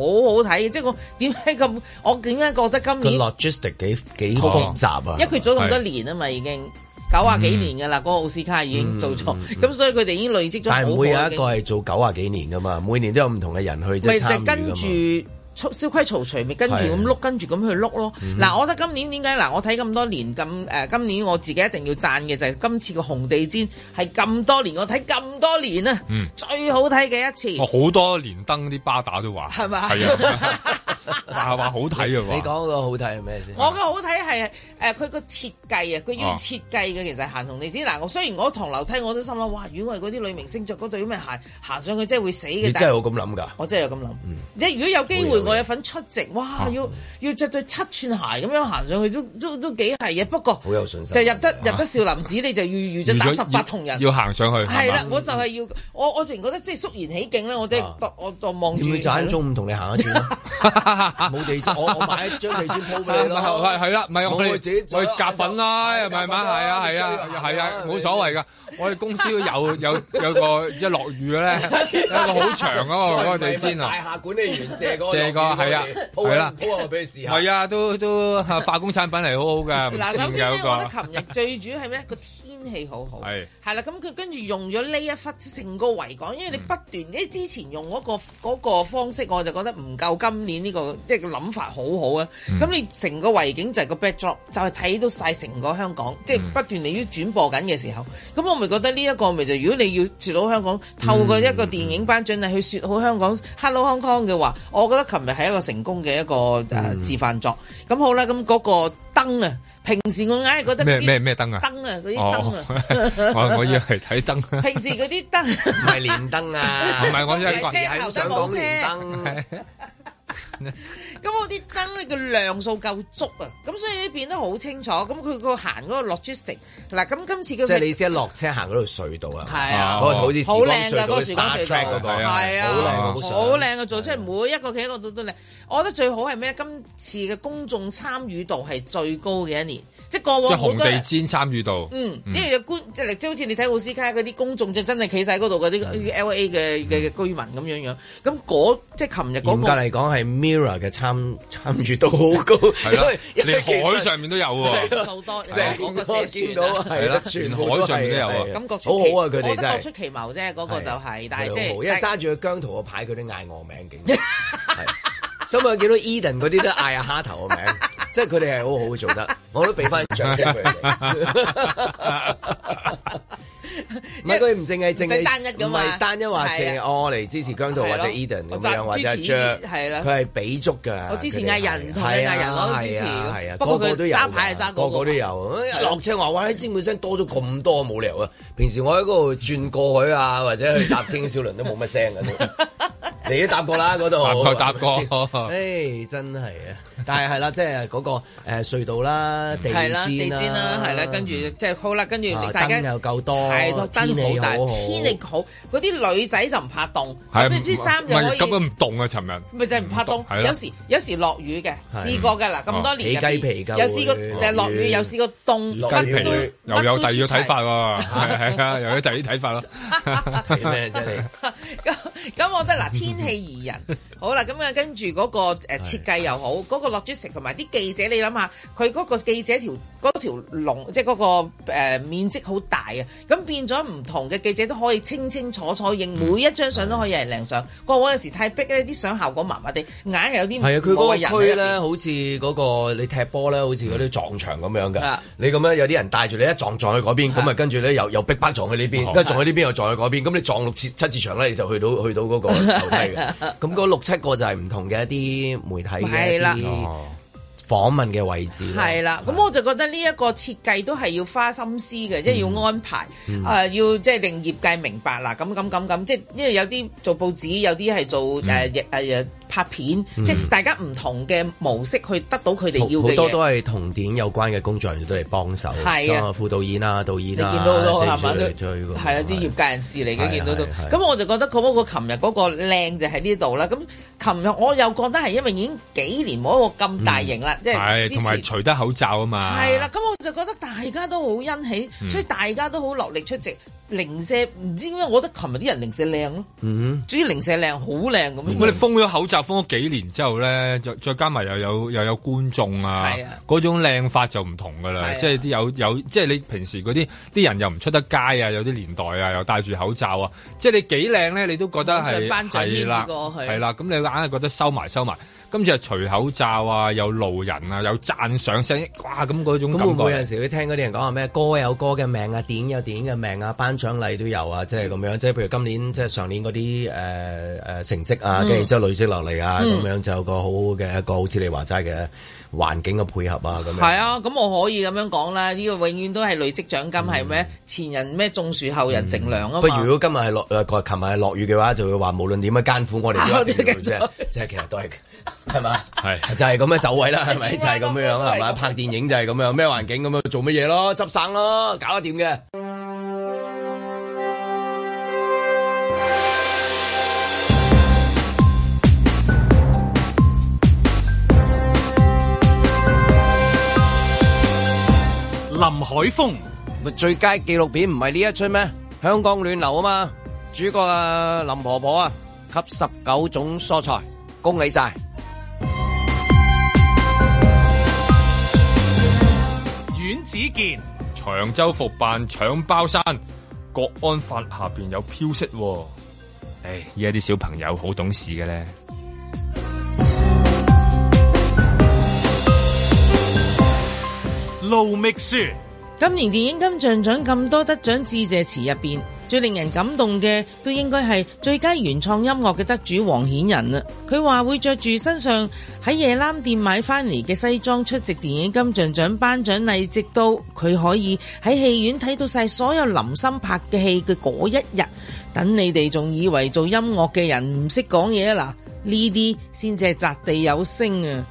E: 好睇嘅，即係我點解咁，我點解覺得今
B: 個
E: 年，
B: logistic 幾幾複雜啊，嗯
E: 因為佢做咗咁多年啊嘛，已經九啊幾年噶啦，嗰、個奧斯卡已經做咗，咁、所以佢哋已經累積咗好
B: 但係
E: 好
B: 唔會有
E: 嘅
B: 一個係做九啊幾年噶嘛，每年都有唔同嘅人去即
E: 咪
B: 係
E: 就
B: 參與
E: 係
B: 噶
E: 跟
B: 嘛
E: 住。粗燒規曹隨，咪跟住
B: 係嗯
E: 咁碌，跟住咁去碌咯。嗱，我覺得今年點解嗱，我睇咁多年咁誒、今年我自己一定要讚嘅就係今次個紅地氈係咁多年，我睇咁多年啊，
D: 嗯
E: 最好睇嘅一次
B: 哦
D: 我。哦好多連登啲巴打都話
E: 係嘛
D: 係啊，話話好睇啊！話
B: 你講個好睇係咩 先？
E: 我嘅好睇係誒佢個設計啊，佢要
D: 哦
E: 設計嘅其實行紅地氈嗱，我雖然我唐樓梯我都心諗，哇！如果係嗰啲女明星着嗰對咁嘅鞋行上去，真係會死嘅
B: 你。
E: 但係
B: 真係好咁諗㗎？嗯
E: 我真係有咁諗。即係如果有機會我有份出席，哇！要要著對七寸鞋咁樣行上去都都都幾係嘅。不過
B: 好有信心
E: 就入得入得少林寺，你就要預咗打
D: 預咗
E: 十八銅人。
D: 要行上去
E: 係
D: 係
E: 啦
D: 嘛，
E: 我就係要我我成日覺得即係肅然起敬咧，我即係當我當望
B: 要
E: 住
B: 唔要
E: 係
B: 賺
E: 咯
B: 中午同你行一轉啊？冇地氈，我我買一張地氈鋪俾
D: 係
B: 你
D: 啦 係
B: 咯。
D: 係啦，唔係我
B: 我自己
D: 哋
B: 做
D: 我哋夾份啦，
B: 係
D: 係咪嘛？
B: 夾份
D: 係
B: 啦
D: 啊係
B: 你需
D: 啊
B: 要
D: 係啊
B: 行，啊
D: 冇所謂噶。我哋公司都有有有個一落雨 嘅咧，有一個好長啊嘛，嗰個地氈啊。
B: 大廈管理員借個
D: 借個係啊
B: 鋪
D: 係啦
B: 鋪下我俾你試下。
D: 係啊，都都啊化工產品係好好噶，唔
E: 嗱，
D: 算
E: 首
D: 嘅
E: 先咧，
D: 嗰
E: 我覺
D: 啊個
E: 得。琴日最主要係咩？個天氣好好，
D: 係
E: 係啦。咁佢跟住用咗呢一忽成個維港，因為你
D: 嗯
E: 不斷，因為之前用嗰、個嗰個方式，我就覺得唔夠今年呢、個即係個諗法好好啊。
D: 嗯
E: 咁、你成個維景就係個 backdrop，就係睇到晒成個香港，即係
D: 嗯
E: 不斷你要轉播緊嘅時候，咁我咪覺得呢一個咪就如果你要説好香港，透過一個電影頒獎禮去説好香港 Hello Hong Kong 嘅話，我覺得琴日係一個成功嘅一個誒、呃示範作。咁好啦，咁嗰個燈啊，平時我硬係覺得
D: 咩
E: 嗰啲
D: 咩咩燈啊？
E: 燈啊，嗰啲燈
D: 哦
E: 啊，，
D: 我我以為睇燈啊，
E: 平時 嗰啲燈
B: 唔係連燈啊，
D: 唔係我真係
E: 唔係車頭
B: 想
E: 燈
B: 講
E: 冇
B: 連
E: 車。
B: 燈。
E: 咁我啲燈咧嘅亮數夠足啊，咁所以變得好清楚。咁佢個行嗰個 logistic 嗱，咁今次嘅
B: 即係你先落車行嗰條隧道啊，
E: 係啊
B: 嗰個好似時
E: 好
B: 光
E: 靚㗎
B: 隧
E: 嗰
B: 道
E: 個時光
B: Star
E: 隧
B: Trek 嗰個，
E: 道，
D: 係
E: 係
B: 好靚
E: 啊，
B: 好想
E: 好靚嘅做
B: 啊
E: 出嚟，每一個企喺嗰度都靚。我覺得最好係咩？今次嘅公眾參與度係最高嘅一年，即係過
D: 即係
E: 往好
D: 紅
E: 多
D: 地
E: 人。
D: 氈參與到，
E: 嗯，因為有官即係即係好似你睇奧斯卡嗰啲公眾就真係企晒嗰度嗰啲
B: 嗯
E: L A 嘅嘅嘅居民咁樣樣，咁嗰即係琴日嗰
B: 嚴格
E: 個
B: 嚟講係 Mirror 嘅參參與度好高，
D: 係啦，
B: 因為因
D: 連
B: 為
D: 海
B: 其實啊
D: 上面都有喎。
E: 數多
B: 成
E: 嗰
B: 個見到啊係
D: 係啦
B: 啦，全部都
D: 全海上面都有啊
B: 係
E: 感覺
B: 好好啊！佢哋
E: 我覺得
B: 真
E: 各出
B: 係。啊
E: 奇謀啫，嗰個就係，但
B: 好
E: 係即係
B: 好因為揸住個姜濤個牌，佢都嗌我名，竟然係。所以啊我見到 Eden 嗰啲都嗌下蝦頭個名，即係佢哋係好好 做得，我都俾翻獎俾佢 哋。唔係佢唔淨係淨
E: 唔
B: 係
E: 使單一㗎嘛
B: 唔係單一話淨係
E: 係啊
B: 哦我嚟支持姜濤或者 Eden
E: 我
B: 咁
E: 就
B: 樣，或者
E: 支
B: 係
E: 持
B: 張
E: 係啦
B: 佢係俾足㗎。
E: 我支持
B: 啊佢哋係啊
E: 嗌人同你嗌人我都支持
B: 係啊係啊，
E: 不過
B: 個個都有
E: 佢
B: 㗎
E: 揸牌係揸嗰個
B: 個個都有。哎落車話哇，你知唔知聲多咗咁多，冇理啊由啊！平時我喺嗰度轉過海啊，或者去搭天小輪都冇乜聲㗎都。 你都搭過啦嗰度，
D: 搭過搭過
B: 誒真係啊！但係係啦，即係嗰個誒隧道啦、哎地
E: 係啦，地氈
B: 氈
E: 啦，係啦，跟住即係好啦，跟住
B: 啊
E: 大家
B: 燈又夠多
E: 係個燈好大，
B: 天氣好好
E: 天氣好，嗰啲女仔就唔怕凍，
D: 係啊
E: 咁你啲衫又
D: 唔
E: 可
D: 係咁
E: 以
D: 樣。唔凍啊！尋日
E: 咪就係唔怕
D: 唔凍係
E: 凍，
D: 啦
E: 有時有時落雨嘅，
D: 係
E: 試過㗎啦，咁多年入
B: 哦起雞皮
E: 邊
B: 㗎
E: 有試過
B: 會
E: 誒落雨，有試過凍，
D: 雞皮
E: 乜都
D: 又有第二個睇。
E: 乜
D: 法喎，係係啊，又有第二啲睇法咯。
B: 咩啫 你？
E: 都 咁我覺得嗱，天氣宜人，好啦，咁啊跟住嗰個誒設計又好，嗰個 logistic 同埋啲記者，你諗下，佢嗰個記者條嗰條龍，即係嗰個誒面積好大啊，咁變咗唔同嘅記者都可以清清楚楚影
B: 嗯
E: 每一張相都可以有人靚相。過往有時太逼咧，啲相效果麻麻地，硬係有啲
B: 係啊，佢
E: 冇
B: 嗰
E: 人
B: 個
E: 喺
B: 區
E: 入邊 嗯
B: 咧，好似嗰個你踢波咧，好似嗰啲撞牆咁樣㗎
E: 啊。
B: 你咁樣有啲人帶住你一撞撞去嗰邊，咁啊跟住咧又又逼迫撞去呢
E: 哦
B: 邊，跟住撞去呢邊又撞去嗰邊，咁你撞六次七次場咧，你就去到去到嗰個樓梯 嘅。 咁嗰六七個就係唔同嘅一啲媒體嘅
E: 係啦
B: 一啲
D: 哦
B: 訪問嘅位置啦。
E: 係啦，咁我就覺得呢一個設計都係要花心思嘅，即係要安排，
B: 嗯
E: 啊要即係令業界明白啦，咁咁咁咁，即係因為有啲做報紙，有啲係做誒誒誒拍片，
B: 嗯
E: 即係大家唔同嘅模式去得到佢哋
B: 好
E: 要
B: 好
E: 嘅
B: 多都
E: 嘢。
B: 係同電影有關嘅工作人員都嚟幫手，
E: 係啊
B: 咁副導演啊、導
E: 你
B: 演
E: 見
B: 啊，
E: 到好多
B: 即
E: 係
B: 係
E: 嘛都
B: 追嚟追嗰個
E: 係啊，啲業界人士嚟
B: 係
E: 嘅，見到都
B: 係係
E: 咁我就覺得嗰個琴日嗰個靚就喺呢度啦。咁琴日我又覺得係因為已經幾年冇一個咁大型啦，即係
D: 係
E: 之
D: 同埋
E: 前。
D: 除低口罩啊嘛。
E: 係啦，咁我就覺得大家都好欣喜，
D: 嗯
E: 所以大家都好落力出席。零舍唔知點解，我覺得琴日啲人零舍靚咯，
B: 嗯
E: 主要零舍靚好靚咁
D: 我哋
E: 樣。
D: 封咗口罩封咗幾年之後咧，再再加埋又有又有觀眾啊
E: 係啊，
D: 嗰種靚法就唔同噶
E: 係
D: 啦，
E: 啊
D: 即係啲有有即係你平時嗰啲啲人又唔出得街啊，有啲年代啊，又戴住口罩啊，即係你幾靚咧，你都覺得係
E: 網上頒獎
D: 係
E: 牽
D: 啦，
E: 住過去
D: 係啦，咁你硬係覺得收埋收埋，今次係除口罩啊，有路人啊，有讚賞聲，哇咁嗰種
B: 咁
D: 感
B: 會唔會有
D: 覺
B: 陣。時會聽嗰啲人講啊話咩歌有歌嘅命啊，電影有電影嘅命啊，頒獎禮都有啊，即係咁樣，即係譬如今年即係上年嗰啲誒誒成績啊，
E: 嗯
B: 跟住之後累積落嚟啊，
E: 嗯
B: 咁樣就有個好好嘅一個好似你話齋嘅環境嘅配合啊，咁樣
E: 係啊，咁我可以咁樣講啦，呢個永遠都係累積獎金係咩？前人咩種樹，後人乘涼啊
B: 嗯不如
E: 嘛。
B: 如果今日係落誒，琴日係落雨嘅話，就會話無論點樣艱苦，我哋都一定要
E: 我
B: 即
E: 哋繼
B: 係
E: 續
B: 即係其實都係係嘛，
D: 係
B: 就係咁嘅走位啦，係咪？就係咁樣樣啦，係
E: 係
B: 嘛？
E: 啊
B: 拍電影就係咁樣，咩環境咁樣做乜嘢咯？執生咯，搞得掂嘅。
A: 林海峰、
B: 最佳紀錄片唔係呢一出咩？香港暖流啊嘛，主角啊林婆婆啊，給十九種蔬菜，恭喜晒！
A: 阮子健、
D: 長洲復辦搶包山，國安法下邊有飄色喎、唉，依家啲小朋友好懂事嘅咧。
A: 盧覓雪。
E: 今年電影金像獎咁多得獎致謝詞入邊，最令人感動嘅都應該係最佳原創音樂嘅得主黃顯仁啦。佢話會着住身上喺夜冷店買翻嚟嘅西裝出席電影金像獎頒獎禮，直到佢可以喺戲院睇到晒所有林森拍嘅戲嘅嗰一日。等你哋仲以為做音樂嘅人唔識講嘢啊！嗱，呢啲先至係擲地有聲啊！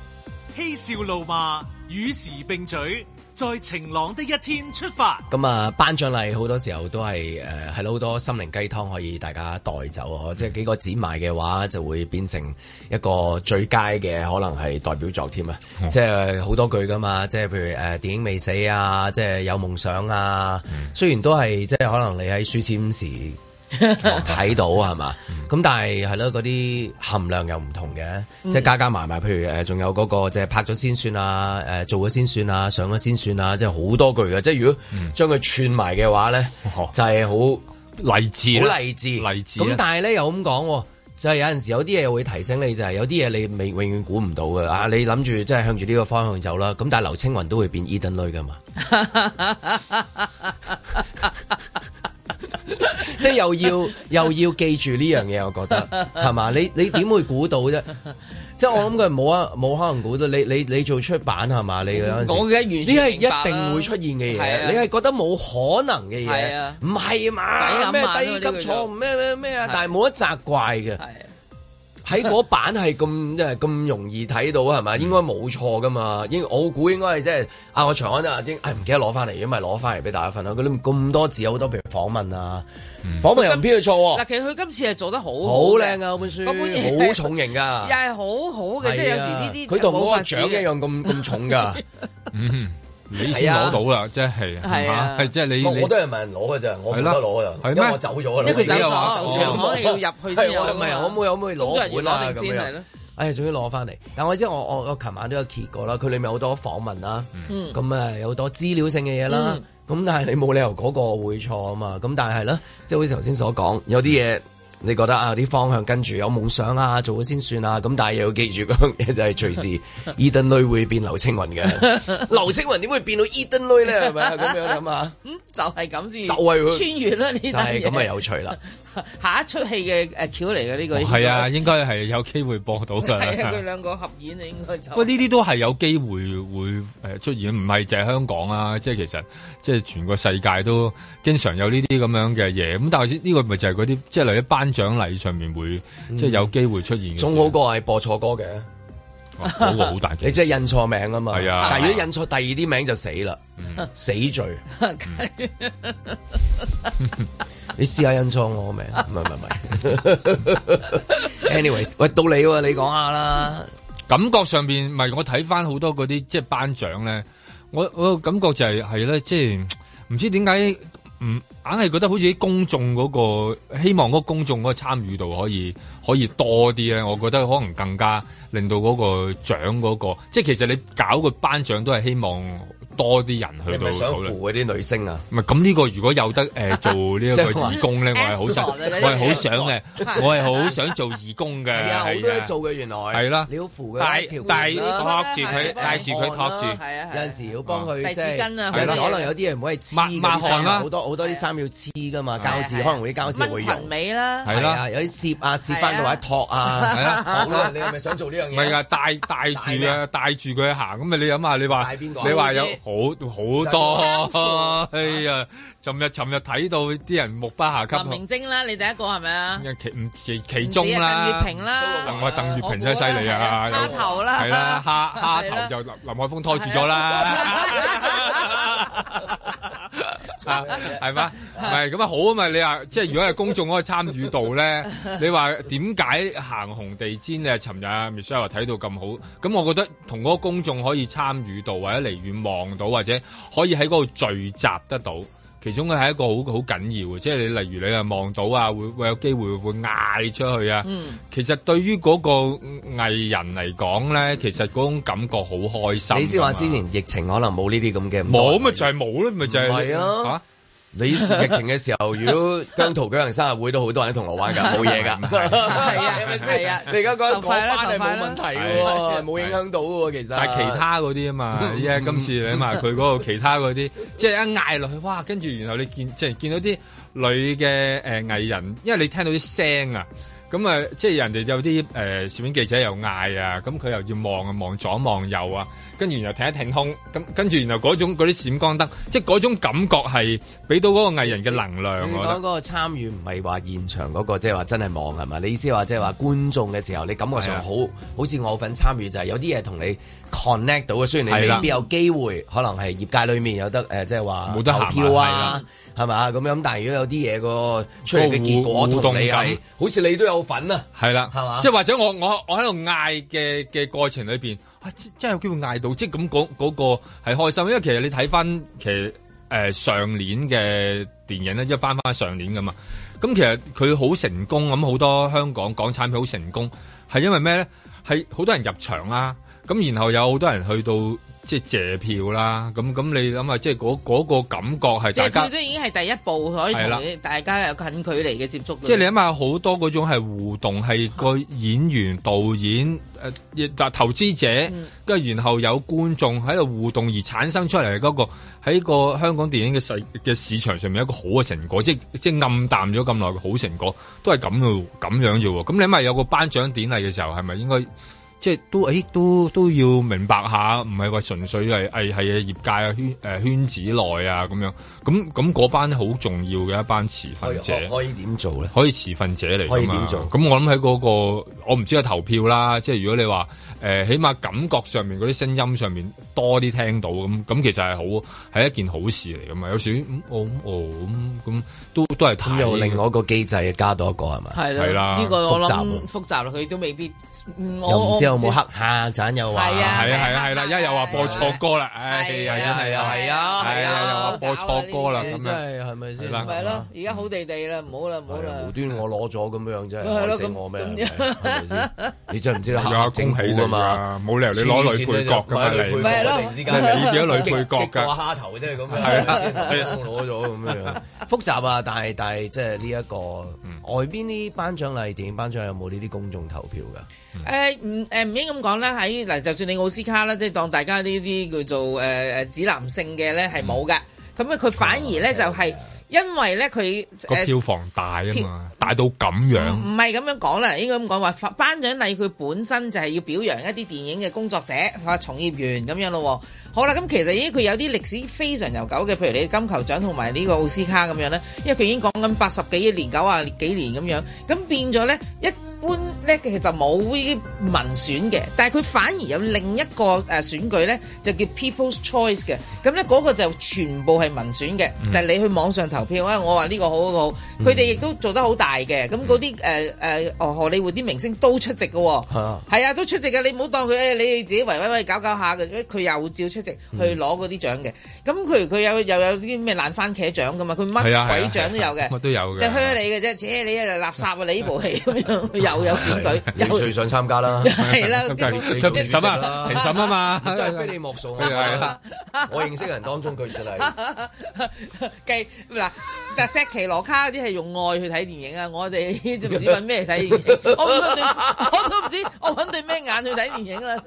A: 嬉笑怒罵，與時並舉，在晴朗的一天出發。
B: 咁啊，頒獎禮好多時候都係誒係咯，好、多心靈雞湯可以大家帶走啊！即係幾個展埋嘅話，就會變成一個最佳嘅可能係代表作添啊！即係好多句噶嘛，即係譬如誒、呃、電影未死啊，即係有夢想啊。雖然都係即係可能你喺書籤時。睇到啊係嘛？
D: 嗯
B: 咁但係係咯，嗰啲含量又唔同嘅，
D: 嗯
B: 即係加加埋埋，譬如誒，仲有嗰個即係拍咗先算啊，誒做咗先算啊，上咗先算啊，即係好多句嘅。即係如果將佢串埋嘅話咧，
D: 嗯哦
B: 就係好
D: 勵志
B: 好
D: 啦，
B: 勵志，
D: 勵
E: 啊
D: 志啊
B: 咁
D: 啦
B: 但係咧又咁講喎，就係有陣時有啲嘢會提醒你，就係有啲嘢你未永遠估唔到嘅
E: 嗯
B: 啊！你諗住即係向住呢個方向走啦，咁但係劉青雲都會變 Eden 女 噶嘛，即係又要又要記住呢樣嘢，我覺得係嘛？你你點會估到啫？即係我諗佢冇啊冇可能估到，你你你做出版係嘛？你有陣時
E: 我嘅完
B: 呢係
E: 全明白啦
B: 一定會出現嘅
E: 係
B: 嘢，
E: 啊
B: 你係覺得冇可能嘅
E: 係
B: 嘢
E: 啊，
B: 唔係
E: 抵
B: 嘛？
E: 諗
B: 咩
E: 下咯
B: 低
E: 呢個
B: 級
E: 就
B: 錯誤咩咩咩啊
E: 係！
B: 但係冇得責怪嘅
E: 係。
B: 喺嗰版係咁 即係咁容易睇到係咪？
E: 嗯
B: 應該冇錯噶嘛，應我估應該係即係啊，我長安啊，應唉唔記得攞翻嚟，如果咪攞翻嚟俾大家瞓啦。佢都咁多字，有好多譬如訪問啊，訪問又唔偏佢錯喎
E: 嗯嗱，，其實佢今次係做得好好
B: 好
E: 嘅
B: 靚啊㗎嗰本書，
E: 嗰本嘢
B: 好重型㗎
E: 又。係好好嘅， 即係有時呢
B: 係
E: 啲
B: 啊佢同
E: 冇
B: 嗰
E: 法
B: 個
E: 子
B: 獎一樣咁咁重 㗎。 啊
D: 嗯，
E: 啊
D: 你先攞到啦，即係
B: 係啊
D: 係即係你
B: 我
D: 你
B: 我都 係問人攞嘅啫，我唔
D: 係
B: 得
D: 啦
B: 攞啊，
D: 係
B: 因為
D: 咩
B: 我走咗啦。
D: 因為佢走咗
B: 因為
D: 獎
B: 啊我
E: 可能要入去先有啊
B: 係我唔係
E: 㗎嘛
B: 可唔可以可唔可以攞本啊
E: 工作人員攞定
B: 咁
E: 先係
B: 樣
E: 咯？
B: 哎呀，終於攞翻嚟！但我知我我我琴晚都有揭過啦，佢裏面有好多訪問啦，
E: 嗯
B: 咁啊有好多資料性嘅嘢啦
E: 嗯。
B: 咁但係你冇理由嗰個會錯啊嘛。咁但係咧，即係好似頭先所講，有啲嘢你覺得啊有啲方向跟住有夢想啊，做咗先算啊。咁但係又要記住嗰樣嘢就係隨 時伊頓女會變劉青雲嘅，劉青雲點會變到伊頓女咧？係咪啊咁樣咁啊？
E: 嗯，就係咁先，
B: 就係佢
E: 穿越啦呢
B: 就
E: 單
B: 係
E: 嘢，
B: 咁啊有趣啦！
E: 下一出戲嘅誒橋嚟嘅呢個，
D: 係啊，，應該係有機會播到 㗎。
E: 係啊，佢兩個合演啊，應該就
D: 不過呢啲都係有機會會呃誒出現，唔係淨係香港啊，即係其實即係全個世界都經常有呢啲咁樣嘅嘢。咁但係呢個咪就係嗰啲即係例如頒獎禮上面會即係有機會出現嘅事。
B: 仲嗯好過係播錯歌嘅，
D: 哦嗰個好大件 事
B: 你真係印錯名啊嘛。
D: 係啊
B: 但係如果印錯第二啲名就死啦，死罪。 你試下印錯我名，唔係唔係 唔係。anyway，喂，到你喎，你講下啦。
D: 感覺上邊，咪我睇翻好多嗰啲即係頒獎咧，我我感覺就係係咧，即係唔知點解唔硬係覺得好似啲公眾嗰、個希望嗰個公眾嗰個參與度可以可以多啲咧，我覺得可能更加令到嗰個獎嗰、個，即係其實你搞個頒獎都係希望多啲人去
B: 你
D: 到
B: 咪想
D: 討論。
B: 扶嗰啲女星啊？
D: 唔係咁呢個，如果有得誒、呃做呢 一
B: 即
D: 個
B: 係話
D: 義工咧，我係好想，我
B: escort 啊嗰啲
D: 係好想嘅
B: escort，
D: 我係好想做義工嘅，
B: 係啊，好多嘢做嘅原來。啊
D: 係啦
B: 你要扶佢
D: 帶
B: 條
D: 帶
B: 裙啦
D: 托住佢帶住佢托住
B: 有陣時要幫佢啊
E: 遞
B: 哦即係
E: 紙巾啊
B: 有陣時
E: 或者
B: 可能有啲嘢唔可以黐
D: 抹抹
B: 嗰啲衫
D: 汗啦
B: 好多好多啲衫要黐噶嘛，
D: 係啊
B: 膠紙可能會啲膠紙會
E: 蚊
B: 用
E: 群。尾啦，
B: 係啦，有啲攝啊，攝翻個或者托 啊，
D: 係啊
B: 好啦，你係咪想做呢樣
D: 唔
B: 嘢？
D: 係啊，帶帶住啊，帶住佢行咁啊！你諗下，你話
B: 帶邊個啊
D: 你話有好好多，哎 呀！尋日尋日睇到啲人目不暇
E: 林
D: 給
B: 啊
E: 明，晶啦，你第一個係咪啊？
D: 其唔其其中
E: 鄧
D: 啦，
E: 月平啦
D: 鄧喂鄧月平真係犀利啊！
E: 我估啦係啊蝦頭啦
D: 係啦，蝦
E: 係啦
D: 蝦頭就林林海峰拖住咗啦，啊係嘛？唔係咁啊好啊嘛！你話即係如果係公眾嗰個參與度咧，你話點解行紅地氈咧？尋日 Michelle 話睇到咁好，咁我覺得同嗰個公眾可以參與到，或者離遠望到，或者可以喺嗰度聚集得到。其中佢係一個好好緊要嘅，即係你例如你係望到啊，會會有機會會嗌出去啊。其實對於嗰個藝人嚟講咧，其實嗰種感覺好開心㗎嘛。
B: 你先話之前疫情可能冇呢啲咁嘅，
D: 冇咪就係冇咯，咪就係
B: 係啊
D: 嚇
B: 你疫情嘅時候，如果姜濤舉行生日會都好多人喺銅鑼灣 㗎，冇嘢㗎，
E: 係啊
B: 係咪
E: 係
B: 先
E: 啊？
B: 你而家講
E: 就快啦
B: 講翻係
E: 就快啦
B: 冇問題嘅喎，冇影響到嘅喎，其實。
D: 但係其他嗰啲 啊嘛，依家今次你諗下佢嗰個其他嗰啲，即係一嗌落去，哇！跟住然後你見即係見到啲女嘅誒藝人，因為你聽到啲聲啊，咁啊，即係人哋有啲誒攝影記者又嗌啊，咁佢又要望啊，望左望右啊，跟住然後停一停空，咁跟住然後嗰種嗰啲閃光燈，即係嗰種感覺係俾到嗰個藝人嘅能量，
B: 你
D: 我
B: 講嗰
D: 覺得。
B: 個參與唔係話現場嗰個，即係話真係望係嘛？你意思話即係話觀眾嘅時候，你感覺上好
D: 啊
B: 好似我有份參與就係有啲嘢同你 connect 到嘅，雖然你
D: 係啦
B: 未必有機會，可能係業界裏面有得誒，即係話
D: 冇得行啊
B: 投票
D: 係
B: 啊
D: 啦。
B: 係嘛咁樣？但係如果有啲嘢個出嚟嘅結果
D: 個
B: 同你
D: 互互動感
B: 係，好似你都有份啊！
D: 係啦，
B: 係嘛
D: 即係或者我我我喺度嗌嘅嘅過程裏邊，啊，真真係有機會嗌到，即係咁講嗰個係開心，因為其實你睇翻其實誒、呃上年嘅電影咧，一班翻上年噶嘛，咁其實佢好成功，咁好多香港港產片好成功，係因為咩咧？係好多人入場啦，咁然後有好多人去到即係謝票啦，咁咁你諗下，即係嗰嗰個感覺係
E: 即係
D: 大家
E: 佢。都已經係第一步可以同你大家有近距離嘅接觸。
D: 即係你諗下，好多嗰種係互動，係個演員、導演、誒、亦嗱投資者，跟住然後有觀眾喺度互動而產生出嚟嗰、個喺個香港電影嘅市嘅市場上面一個好嘅成果，即係即係暗淡咗咁耐嘅好成果，都係咁嘅喎咁樣啫喎。咁你咪有個頒獎典禮嘅時候，係咪應該即係都誒都都要明白下，唔係話純粹係係係業界啊圈誒、圈子內啊咁樣，咁咁嗰班好重要嘅一班持份者
B: 可以可可以點做咧？
D: 可以持份者嚟㗎嘛
B: 可以點做
D: 咁我諗喺嗰個，我唔知係投票啦，即係如果你話誒、起碼感覺上面嗰啲聲音上面多啲聽到咁，咁其實係好係一件好事嚟㗎嘛。有時咁我我咁咁都都係
B: 咁
D: 太
B: 又另外一個機制加多一個係咪？
E: 係
D: 係
E: 啦，
D: 啦
E: 呢個我
B: 複雜
E: 諗
B: 喎
E: 複雜啦，佢都未必，嗯我
B: 又唔知有冇
E: 我
B: 黑下陣又話
E: 係啊
D: 係啊係啊係啦，一又話播錯歌啦，唉
E: 係
D: 係
E: 啊
D: 啊真係啊
E: 係啊
D: 係
E: 係啊
D: 啊又話播錯歌啦咁
B: 真
D: 樣，
B: 係係咪先？
D: 係啦
E: 咪係咯，而家好地地啦，唔好啦，唔好
B: 係啊
E: 啦
B: 無。端我攞咗咁樣真係
E: 係
B: 害
E: 咯
B: 死
E: 咁
B: 我咩？
E: 咁
B: 係咪先你真係唔 知
D: 係啊
B: 啦，
D: 恭喜你
B: 㗎嘛
D: 啊！冇理由你攞女配角㗎嘛
B: 黐線你就唔係女配角啊
E: 你咪係咯
B: 突然之間
E: 你
D: 你變咗女配角㗎
B: 激激到蝦頭真係咁樣，
D: 係啊
B: 係啊我攞咗咁樣複雜啊！但係但係即係呢一
D: 嗯
B: 個外邊啲頒獎禮、電影頒獎有冇呢啲公眾投票㗎？
D: 嗯
E: 誒唔誒唔應咁講啦，喺嗱就算你奧斯卡啦，即係當大家呢啲叫做誒誒、指南性嘅咧係冇噶，咁咧佢反而咧就係因為咧佢
D: 個
E: 誒
D: 票房大啊
E: 票
D: 嘛，大到咁樣。
E: 唔係咁樣講啦，應該咁講話發頒獎禮佢本身就係要表揚一啲電影嘅工作者啊從業員咁樣咯喎。好啦，咁其實已經佢有啲歷史非常悠久嘅，譬如你金球獎同埋呢個奧斯卡咁樣咧，因為佢已經講緊八十幾年、九啊幾年咁樣，咁變咗咧一。般咧其實冇呢啲民選嘅，但係佢反而有另一個誒選舉咧，就叫 People's Choice 嘅。咁咧嗰個就全部係民選嘅，就係你去網上投票啊！我話呢個好嗰個好，佢哋亦都做得好大嘅。咁嗰啲誒誒哦荷里活啲明星都出席嘅喎，
B: 係啊
E: 係啊都出席嘅。你唔好當佢哎誒你哋自己圍圍圍搞搞下嘅，佢又照出席
D: 嗯
E: 去攞嗰啲獎嘅。咁佢佢有又有啲咩爛番茄獎㗎嘛？佢乜
D: 係啊，
E: 鬼獎都有嘅。
D: 乜都有嘅，
E: 即係靴你嘅啫，扯你啊垃圾啊！你呢部戲咁 樣，又有選舉，
B: 你最
E: 又
B: 想參加啦？
E: 係啦，
D: 咁
E: 結
D: 梗
E: 果
D: 係
B: 你
D: 佢
B: 做
D: 評
B: 主席
D: 審
B: 啦
D: 啊，評審啊嘛，
B: 真係非你莫屬
D: 係啊
B: 啊！ 我認識嘅人當中，佢算係
E: 計嗱，但石奇羅卡嗰啲係用愛去睇電影啊，我哋 就唔知揾咩睇電影，我唔知我都唔知我揾對咩眼去睇電影啦，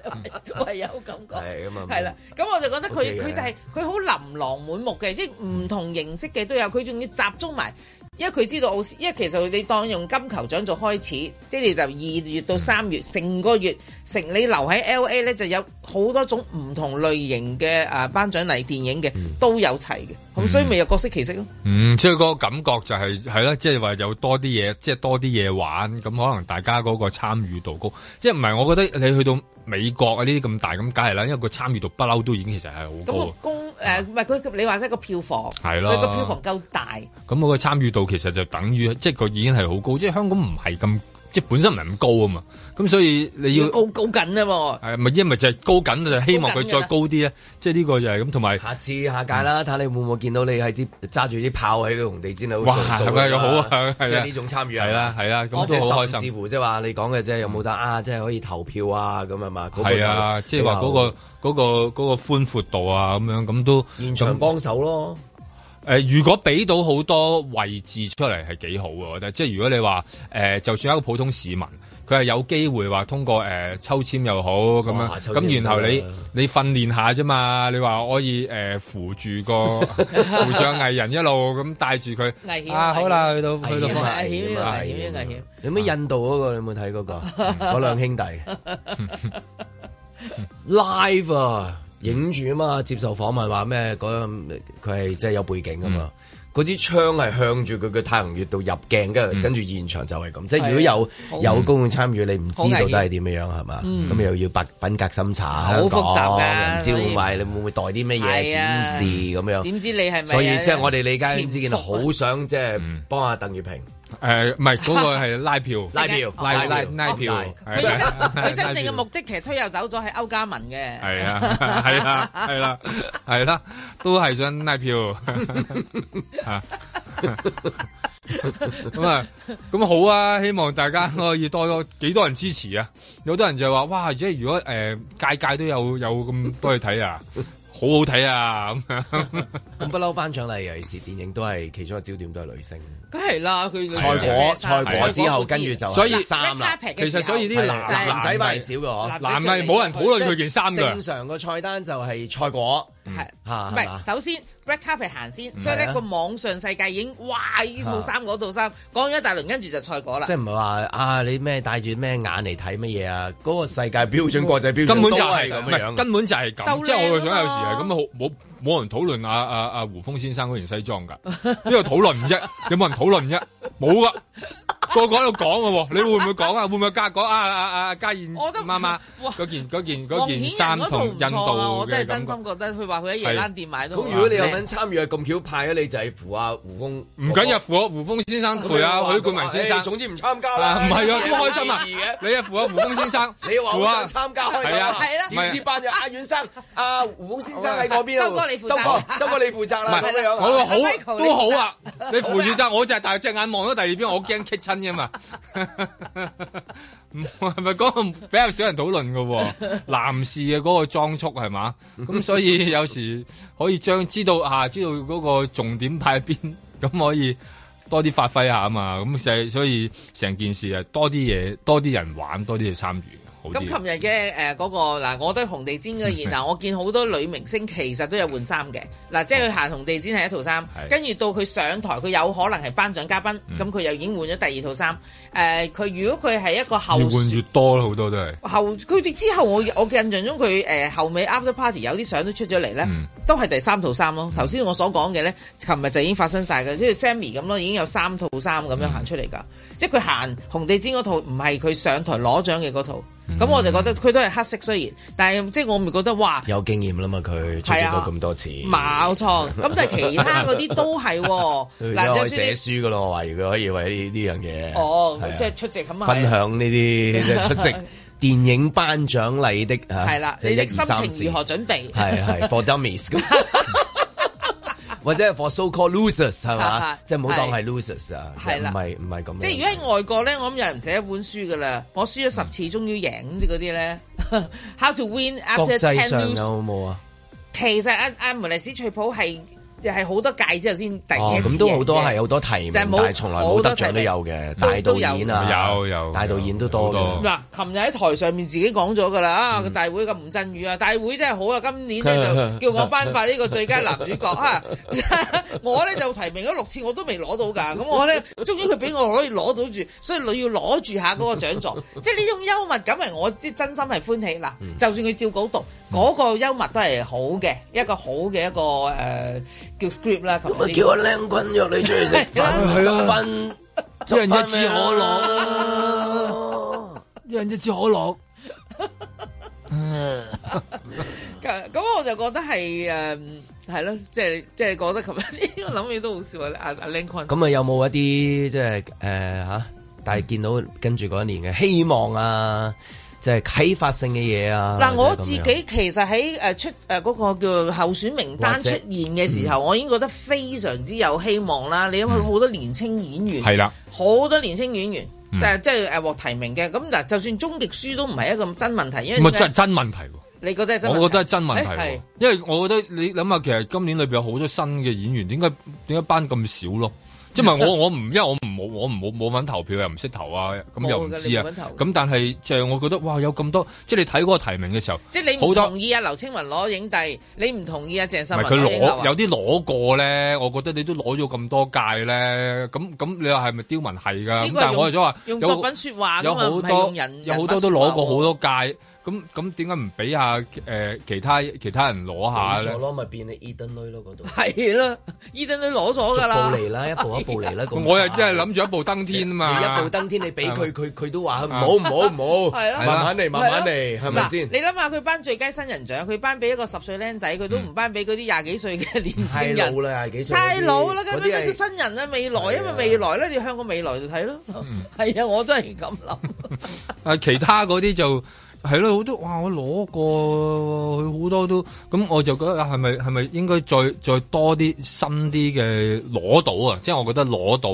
E: 唯有咁講。
B: 係咁啊
E: 係啦，咁我就覺得佢
B: OK
D: 啊
B: 嘅
E: 佢就係佢好琳琅滿目嘅，即係唔同形式嘅都有，佢仲要集中埋。因為佢知道奧斯，因為其實你當用金球獎做開始，即係你就二月到三月，成個月成你留喺 L A 咧，就有好多種唔同類型嘅啊頒獎禮電影嘅都有齊嘅，
B: 嗯
E: 咁所以咪有各色其色咯。
D: 嗯，所以嗰個感覺就係係啦，即係話有多啲嘢，即係多啲嘢玩，咁可能大家嗰個參與度高，即係唔係？我覺得你去到美國啊呢啲咁大，咁梗係啦，因為個參與度不嬲都已經其實係好
E: 咁個
B: 啊
D: 高。啊
E: 公誒唔係佢，你話齋個票房
D: 係啦
E: 佢個票房夠大，
D: 咁我個參與度其實就等於即係佢已經係好高，即係香港唔係咁，即係本身唔係咁高啊嘛。咁所以你要
E: 要高高緊啊喎。
D: 係咪因為就係高緊，就希望佢再高啲咧。即係呢個就係咁，同埋
B: 下次下屆
D: 嗯
B: 啦，睇你會唔會見到你係支揸住啲炮喺個紅地氈度
D: 哇
B: 掃掃
D: 係咪又好啊
B: 啦
D: 係啊
B: 即係呢種參與哦
D: 係啦係啦，咁
B: 即
D: 都
B: 係
D: 好開
B: 甚
D: 心
B: 至。乎即係話你講嘅即係有冇得啊？即係可以投票啊咁啊嘛？嗰個就
D: 係啊，即係話嗰個嗰個嗰個寬闊度啊，咁樣咁都
B: 現場幫手咯，
D: 誒、如果俾到好多位置出嚟係幾好嘅，我覺得。即係如果你話誒、就算一個普通市民，佢係有機會話通過誒、抽籤又好咁
B: 哇
D: 樣，
B: 抽籤
D: 咁然後你
B: 都得啊
D: 你訓練下啫嘛。你話可以誒、扶住 個扶障藝人一路咁帶住佢
E: 危險
D: 啊，
E: 危險
D: 好啦，去到去
E: 危
D: 到
E: 險
B: 啊
E: 危險
B: 啊
E: 危險危險
B: 有咩印度嗰個你有冇睇嗰個嗰兩兄弟 live 啊？影住啊嘛，接受訪問話咩嗰佢係即係有背景啊嘛。
D: 嗯
B: 嗰支槍係向住佢嘅太陽穴度入鏡，跟住
D: 嗯
B: 跟住現場就係咁。即係如果有
E: 啊好
B: 有公眾參與，你唔知
E: 好危
B: 道
E: 險
B: 都
E: 啊
B: 係點樣樣係嘛？咁又要品品格審查，
E: 好
B: 香港
E: 複雜㗎
B: 又唔知會唔
E: 所
B: 會你會唔會帶啲咩嘢
E: 係啊
B: 展示咁樣？
E: 點知你係咪？啊
B: 所以即係我哋理解之 見，
E: 潛伏啊
B: 好想即係幫下鄧月平。
D: 嗯誒，唔係嗰個係拉票，
B: 拉票
D: 拉拉拉拉票，
E: 佢
D: 係
E: 真
D: 啊
E: 佢真正嘅
D: 拉票
E: 目的其實推又走咗係歐嘉文嘅，
D: 係啊， 係啦，係啦，係啦，都係想拉票 啊！ 咁啊，咁好啊！希望大家可以多多幾多人支持啊！有好多人就話：哇！即係如果誒、呃屆屆都有有咁多去睇啊，好好睇啊！咁樣
B: 咁不嬲頒獎禮，尤其是電影都係其中一個焦點，都係女星。
E: 梗係啦，佢
B: 賽果賽
D: 果
B: 之後跟住就係
D: 所以
B: 衫啦
D: 其實所以啲男
B: 係男仔咪
D: 咪
B: 少嘅
E: 男
B: 嗬。
D: 男咪冇人討論佢件衫
B: 正
D: 㗎，
B: 常個菜單就係賽果
E: 係
B: 嚇，
E: 唔
B: 係嘛
E: 係？首先 black carpet 行先，
B: 唔係啊
E: 所以呢個網上世界已經哇呢套衫嗰套衫講咗一大輪，跟住就賽果啦
B: 即係。唔係話啊？你咩帶住咩眼嚟睇乜嘢啊？嗰個世界標準、國際標準
D: 根本就
B: 係
D: 係
B: 咁
D: 唔
B: 樣
D: 係，。根本就係
E: 鬥
D: 咁。即係我
E: 靚
D: 想
E: 啊嘛
D: 有時係咁好冇冇人討論阿阿阿胡峰先生嗰件西裝㗎，邊度討論 啫？有冇人討論啫？冇㗎，個個喺度講㗎喎。你會唔會講啊？會唔會加講啊啊啊家燕
E: 我都
D: 媽媽
E: 哇
D: 嗰件嗰件嗰
E: 黃顯
D: 件
E: 仁
D: 衫
E: 嗰套
D: 同
E: 唔
D: 印度
E: 錯啊！我真
D: 嘅
E: 係真
D: 感覺？
E: 心覺得佢話佢喺夜冷店買都
B: 咁
E: 好啊
B: 如果你有
E: 靚
B: 份參與，咁巧派咗你就係扶阿胡峰，
D: 唔緊要，扶胡峰先生陪啊，許冠文先
B: 哎
D: 生。
B: 總之唔參加
D: 啊
B: 啦，
D: 唔 係啊，好開心啊
B: 冇意義嘅！
D: 你啊扶阿胡峰先生，
B: 你話
D: 扶
B: 我
D: 啊
B: 想參加開
D: 係啊
B: 心
E: 係啦
B: 點知班就阿阮生、阿胡峰先生喺我邊度，
E: 啊
B: 啊
E: 收哥你負
B: 收
E: 責
B: 哥收哥你負責
D: 唔
B: 啦，
D: 係
B: 咁樣
D: 我話
B: 啊。
D: 好
E: 阿 Michael，
D: 都好啊，你扶住得，我就係大隻眼望咗第二邊，我驚棘親啫嘛。 唔係咪嗰個比較少人討論嘅喎？男士嘅嗰個裝束係嘛？咁所以有時可以將知道啊，知道嗰個重點擺喺邊，咁可以多啲發揮下啊嘛。咁就係所以成件事啊，多啲嘢，多啲人玩，多啲嘢參與，好
E: 咁
D: 啲。
E: 琴日嘅誒嗰個嗱，我對紅地氈嘅熱 嗱，我見好多女明星其實都有換衫嘅，嗱，即係佢行紅地氈係一套衫，
D: 哦係嗯
E: 跟住到佢上台，佢有可能係頒獎嘉賓，咁佢又已經換咗第二套衫。誒、佢如果佢係一個後
D: 越換越多啦，好多都係。
E: 後佢哋之後我我印象中佢誒、呃後尾 after party 有啲相都出咗嚟咧，
B: 嗯
E: 都係第三套衫咯。頭先我所講嘅咧，琴日就已經發生晒嘅，即係 Sammy 咁咯，已經有三套衫
B: 嗯
E: 咁樣行出嚟㗎。即係佢行紅地氈嗰套，唔係佢上台攞獎嘅嗰套。
B: 嗯
E: 咁、我就覺得佢都係黑色雖然，但係即係我咪覺得哇！
B: 有經驗啦嘛，佢出
E: 係
B: 咗
E: 啊
B: 過咁多次，
E: 冇錯，咁但係其他嗰啲都係喎
B: 佢
E: 嗱，
B: 都
E: 就
B: 可以
E: 算
B: 寫
E: 你
B: 書噶咯，我懷疑佢可以為呢呢樣嘢。
E: 哦
B: 係啊，
E: 即係出席咁啊，啊
B: 分享呢啲即係出席電影頒獎禮的嚇，
E: 係啦，
B: 即
E: 你
B: 係
E: 哋
B: 一二三
E: 心情如何準備？
B: 係係 for dummies 咁， 或者係 for so called losers 係嘛
E: 係，
B: 即係唔好當係 losers 啊，
E: 係啦
B: 唔係唔係咁樣。
E: 即係如果喺外國咧，我諗有人寫一本書噶啦，我輸咗
B: 嗯
E: 十次，終於贏咁即嗰啲咧 ，How to win
B: 國
E: after
B: 際
E: ten
B: 上
E: lose。
B: 有冇啊？
E: 其實阿阿梅麗史翠普係係好多屆之後先第
B: 哦
E: 一，次
B: 咁都好多
E: 贏嘅
B: 係好多提名，
E: 但
B: 但
E: 係冇
B: 係從來冇得獎都有嘅，
E: 好
B: 大
E: 多提名
B: 導演啊，
D: 有有
B: 大導演都
D: 有
B: 多
D: 好
B: 嘅
D: 多。
E: 嗱， 琴日喺台上面自己講咗㗎啦，啊
D: 嗯
E: 個大會嘅吳鎮宇啊，大會真係好啊！今年咧 就叫我頒發呢個最佳男主角 啊，我咧就提名咗六次，我都未攞到㗎。咁我咧，終於佢俾我可以攞到住，所以你要攞住下嗰個獎座， 即係呢種幽默感係我知真心係歡喜嗱。
D: 嗯
E: 就算佢照稿讀，嗰、個幽默都係好嘅，一個好嘅一個誒、呃叫 script 啦。琴日呢個
B: 啊
E: 啊
B: 阿靚君約你出去食
E: 飯
B: 執分
D: 一人一
B: 啊
D: 支可樂，啊
B: 樂
D: 一人一支可樂。
E: 咁咁我就覺得係誒係咯，即係即係覺得琴 日呢個諗嘢都好笑啊！阿阿 Lin Kun
B: 咁啊，有冇一啲即係誒嚇？但係見到跟住嗰一年嘅希望啊，即係啟發性嘅嘢啊。
E: 嗱，
B: 或
E: 我
B: 者
E: 自
B: 咁樣
E: 己其實喺誒出誒嗰個叫候選名單
B: 或
E: 出
B: 者
E: 現嘅時
B: 嗯
E: 候，我已經覺得非常之有希望啦。你諗下好多年青演員，
D: 係啦，嗯
E: 好多年青演員就係即係誒獲提名嘅。咁嗱，就算終極輸都唔係一個真問題，因
D: 唔係
E: 為
D: 真係真問題喎。
E: 你覺得係真問題，
D: 我覺得係真問題
E: 誒
D: 喎
E: 係，
D: 因為我覺得你諗下，其實今年裏邊有好多新嘅演員，點解點解班咁少咯？即係唔係我我唔，因為我唔冇我唔冇冇份投票，又唔識投啊，咁又唔知
E: 冇
D: 啊
E: 㗎你冇份投。
D: 咁但係就係我覺得哇，有咁多，即係你睇嗰個提名嘅時候，
E: 即係你唔
D: 好多
E: 同意啊劉青雲攞影帝，你唔同意啊鄭秀
D: 唔
E: 文
D: 係佢
E: 攞影后
D: 攞
E: 啊
D: 有啲攞過咧，我覺得你都攞咗咁多屆咧，咁咁你話係咪刁民係㗎？
E: 呢
D: 咁
E: 個係
D: 但係我係想話
E: 用
D: 有
E: 作品説話
D: 有
E: 㗎嘛，
D: 好
E: 唔係
D: 多
E: 用人
D: 有好多都攞過
E: 人物
D: 好
E: 說話喎
D: 多屆，咁咁點解唔俾下誒其他其他人攞下
B: 冇
D: 咧
B: 咗？咯，咪變咗 Eden 女咯嗰度。
E: 係啦，伊登都攞咗㗎啦
B: 一步。嚟啦，一步一步嚟啦。咁
D: 我又真係諗住一步登天啊嘛！
B: 你一步登天，你俾佢，佢佢都
D: 啊
B: 話唔好唔好唔 好，
E: 係咯
B: 慢慢嚟，慢慢
E: 係
B: 嚟，
E: 咯
B: 係咪
E: 嗱
B: 先
E: 你？諗下佢頒最佳新人獎，佢頒俾一個十歲僆仔，佢都唔頒俾嗰啲廿幾歲嘅年
B: 太
E: 青
B: 老
E: 人。
B: 啦，廿幾歲嗰啲。
E: 太老啦，
B: 嗰
E: 根
B: 啲
E: 本都
B: 係
E: 新人啊，未來，
B: 係啊
E: 因為未來咧，你向個未來度睇咯。係啊，我都係咁諗。
D: 啊，其他嗰啲就係咯，好多哇！我攞過佢好多都，咁我就覺得啊係咪係咪應該再再多啲新啲嘅攞到啊？即係我覺得攞到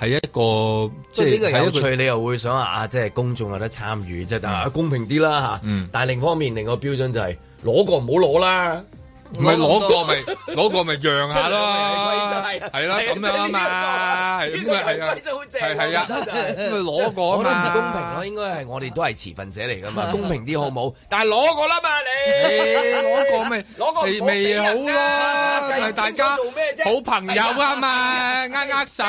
D: 係一個
B: 即
D: 即
B: 係呢
D: 係
B: 個
D: 係
B: 有
D: 一個
B: 趣，你又會想話啊，即係公眾有得參與，即係但係公平啲啦嚇。
D: 嗯
B: 但係另一方面，另一個標準就係攞過唔好攞啦，
D: 唔係攞 過咪攞過咪讓下咯，
B: 即係兩個人嘅規則係
D: 係啦咁樣啊嘛，係咁啊係啊，係係啊，咁咪攞過啊
B: 我都唔
D: 嘛，
B: 公平咯，應該係我哋都係持份者嚟噶 嘛，公平啲好冇？
D: 但係攞過啦嘛你，攞過咪
B: 攞過
D: 咪咪好咯，咪大家好朋友啊嘛，握握手，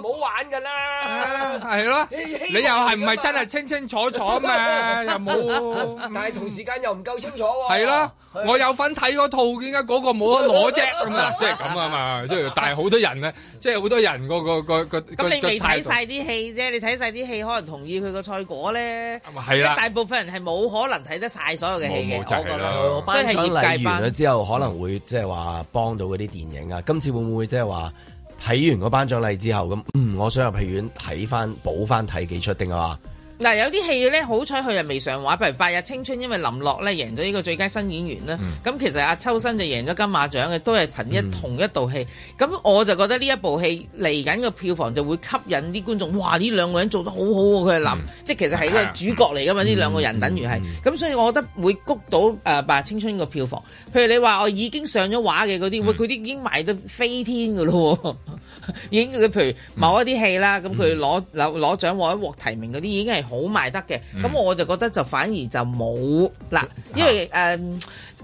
B: 唔好玩噶啦。
D: 啊係咯，你又
B: 啊
D: 係唔係真係清清楚楚 嘛，又冇。
B: 但係啊同時間又唔夠清楚喎。
D: 係啦，我有份睇嗰套，點解嗰個冇得攞啫？咁啊，即係咁啊嘛，即係但係好多人咧，即係好多人個個個個個
E: 咁你未
D: 態
E: 睇
D: 度
E: 晒啲戲啫，你睇晒啲戲可能同意佢個賽果咧。
D: 係啦
E: 因為大部分人係冇可能睇得晒所有嘅戲嘅，
D: 冇冇就係
E: 我覺
D: 啦
E: 得。所以
B: 頒
E: 係
B: 獎
E: 業
B: 禮
E: 界
B: 完咗
E: 班。
B: 之後，可能會即係話幫到嗰啲電影啊。今次會唔會即係話睇完個頒獎禮之後咁？嗯，我想入戲院睇翻補翻睇幾出定係話？
E: 嗱，有啲戲咧，好彩佢又未上畫，譬如《八日青春》，因為林樂咧贏咗呢個最佳新演員啦。咁、其實阿秋生就贏咗金馬獎嘅，都係憑一、同一套戲。咁我就覺得呢一部戲嚟緊嘅票房就會吸引啲觀眾，哇！呢兩個人做得好好喎，佢係林，即係其實係一個主角嚟噶嘛，呢兩個人等於係。咁、所以我覺得會谷到誒《八日青春》個票房。譬如你話我已經上咗畫嘅嗰啲，喂、佢啲已經賣到飛天噶咯喎。已經佢譬如某一啲戲
D: 嗯
E: 啦，咁佢攞攞攞獎或者獲提名嗰啲已經係好賣得嘅，
D: 嗯
E: 咁、我就覺得就反而就冇嗱，因為誒